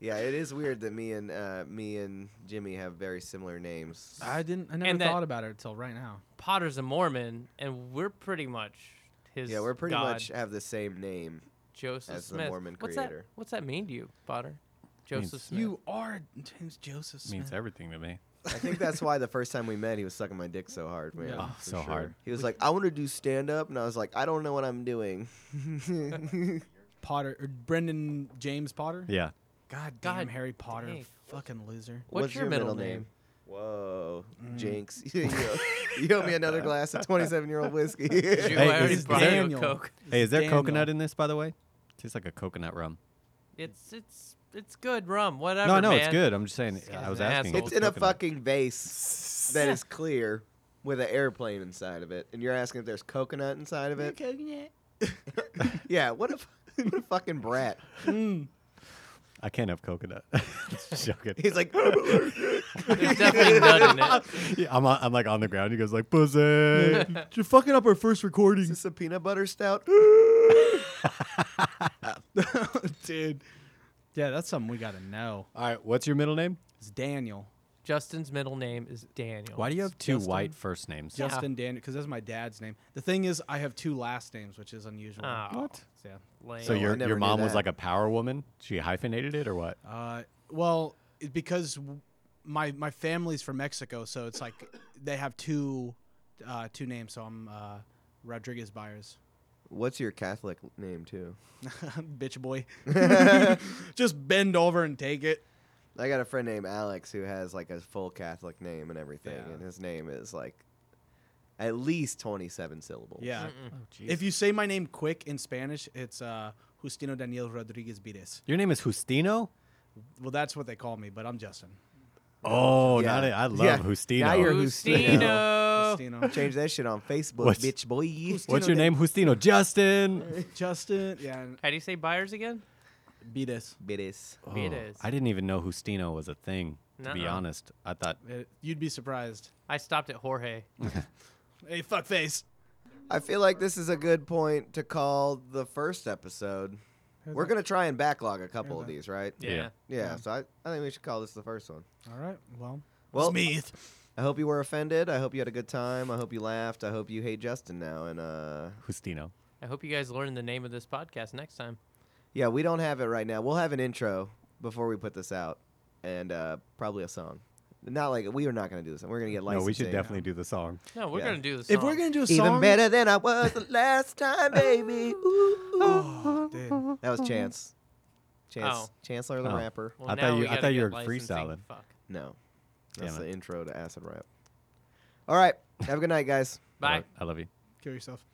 Speaker 1: yeah, it is weird that me and uh, me and Jimmy have very similar names.
Speaker 5: I didn't. I never
Speaker 4: And that-
Speaker 5: thought about it until right now.
Speaker 4: Potter's a Mormon, and we're pretty much his.
Speaker 1: Yeah, we're pretty
Speaker 4: god,
Speaker 1: much have the same name.
Speaker 4: Joseph
Speaker 1: as the
Speaker 4: Smith.
Speaker 1: Mormon
Speaker 4: what's
Speaker 1: creator.
Speaker 4: That, what's that mean to you, Potter? Joseph Smith.
Speaker 5: You are James Joseph Smith.
Speaker 3: means everything to me.
Speaker 1: I think that's why the first time we met, he was sucking my dick so hard, man.
Speaker 5: Yeah.
Speaker 3: Oh,
Speaker 1: for
Speaker 3: so hard.
Speaker 1: He was like, "I want to do stand up," and I was like, "I don't know what I'm doing."
Speaker 5: Potter or Brendan James Potter.
Speaker 3: Yeah.
Speaker 5: God damn,
Speaker 4: God
Speaker 5: Harry Potter,
Speaker 4: dang.
Speaker 5: fucking loser.
Speaker 4: What's your middle name?
Speaker 1: Whoa,
Speaker 3: Mm.
Speaker 1: Jinx! you, owe, you owe me another glass of 27-year-old whiskey.
Speaker 4: Drew,
Speaker 3: Hey,
Speaker 4: I already
Speaker 5: it's
Speaker 4: brought you a
Speaker 5: Daniel.
Speaker 4: Coke.
Speaker 3: Hey, is there
Speaker 5: Daniel.
Speaker 3: coconut in this, by the way? Tastes like a coconut rum.
Speaker 4: It's it's it's good rum. Whatever.
Speaker 3: no, no, it's
Speaker 4: man.
Speaker 3: good. I'm just saying.
Speaker 4: This
Speaker 3: I
Speaker 4: guy's
Speaker 3: was
Speaker 4: an
Speaker 3: asking.
Speaker 4: asshole.
Speaker 1: It's
Speaker 3: if
Speaker 1: in a
Speaker 3: coconut.
Speaker 1: fucking vase that is clear with an airplane inside of it, and you're asking if there's coconut inside of it.
Speaker 5: Coconut.
Speaker 1: Yeah, what a f- what a fucking brat.
Speaker 3: I can't have coconut. Just joking.
Speaker 1: He's like, "I'm allergic."
Speaker 4: There's definitely nut in it.
Speaker 3: Yeah, I'm, on- I'm like on the ground. He goes like, "Pussy."
Speaker 5: You're fucking up our first
Speaker 1: is
Speaker 5: recording,
Speaker 1: this a peanut butter stout?
Speaker 5: dude. Yeah, that's something we gotta know.
Speaker 3: All right, what's your middle name?
Speaker 5: It's Daniel,
Speaker 4: Justin's middle name is Daniel.
Speaker 3: Why do you have two
Speaker 5: Justin.
Speaker 3: white first names?
Speaker 4: Yeah.
Speaker 5: Justin Daniel, because that's my dad's name. The thing is, I have two last names, which is unusual.
Speaker 4: Oh,
Speaker 3: What?
Speaker 5: Yeah.
Speaker 4: lame.
Speaker 3: So your
Speaker 1: I never
Speaker 3: your
Speaker 1: knew
Speaker 3: mom was
Speaker 1: that.
Speaker 3: like a power woman. She hyphenated it or what?
Speaker 5: Uh, well, it- because w- my my family's from Mexico, so it's like they have two uh, two names. So I'm uh, Rodriguez Byers,
Speaker 1: What's your Catholic name too?
Speaker 5: bitch boy. Just bend over and take it.
Speaker 1: I got a friend named Alex who has like a full Catholic name and everything,
Speaker 5: Yeah.
Speaker 1: and his name is like at least twenty-seven syllables.
Speaker 5: Yeah.
Speaker 3: If
Speaker 5: If you say my name quick in Spanish, it's uh, Justino Daniel Rodriguez Vires.
Speaker 3: your name is Justino.
Speaker 5: Well, that's what they call me, but I'm Justin.
Speaker 3: Oh,
Speaker 1: Yeah.
Speaker 3: not it. I love
Speaker 1: Yeah.
Speaker 3: Justino.
Speaker 1: Now you're-
Speaker 4: Justino.
Speaker 5: Justino.
Speaker 1: Change that shit on Facebook,
Speaker 3: What's-
Speaker 1: bitch boy.
Speaker 3: What's your name, Justino? Justin.
Speaker 5: Justin. Yeah. and
Speaker 4: How do you say buyers again?
Speaker 5: Vires.
Speaker 1: Bittis.
Speaker 3: Oh,
Speaker 4: Vitas.
Speaker 3: I didn't even know Justino was a thing. To be
Speaker 4: Nuh-uh.
Speaker 3: honest, I thought
Speaker 5: Uh, You'd be surprised.
Speaker 4: I stopped at Jorge.
Speaker 5: Hey, fuckface.
Speaker 1: I feel like this is a good point to call the first episode. We're gonna try and backlog a couple of
Speaker 5: that.
Speaker 1: these, right?
Speaker 4: Yeah.
Speaker 3: Yeah.
Speaker 1: Yeah, so I, I think we should call this the first one.
Speaker 5: All right. Well,
Speaker 1: Well,
Speaker 5: Smith.
Speaker 1: I hope you were offended. I hope you had a good time. I hope you laughed. I hope you hate Justin now. And uh,
Speaker 3: Justino.
Speaker 4: I hope you guys learn the name of this podcast next time.
Speaker 1: yeah, we don't have it right now. We'll have an intro before we put this out, and uh, probably a song. Not like we are not gonna do this. We're gonna get
Speaker 3: No,
Speaker 1: licensed.
Speaker 3: we should definitely do the song.
Speaker 4: No, we're
Speaker 1: Yeah.
Speaker 4: gonna do this.
Speaker 5: If we're gonna do a song,
Speaker 1: Even better than I was the last time, baby. Ooh, ooh.
Speaker 5: Oh, dude.
Speaker 1: That was Chance. Chance.
Speaker 4: Oh.
Speaker 1: Chancellor the
Speaker 3: Oh.
Speaker 1: rapper.
Speaker 4: well,
Speaker 3: I thought
Speaker 4: now
Speaker 3: you-
Speaker 4: we
Speaker 3: I
Speaker 4: gotta
Speaker 3: thought you
Speaker 4: get
Speaker 3: were
Speaker 4: licensing.
Speaker 3: freestyling.
Speaker 4: Fuck.
Speaker 1: No.
Speaker 3: Damn
Speaker 1: That's
Speaker 3: it.
Speaker 1: the intro to acid rap. All right. Have a good night, guys.
Speaker 4: Bye.
Speaker 3: I love you.
Speaker 5: Kill yourself.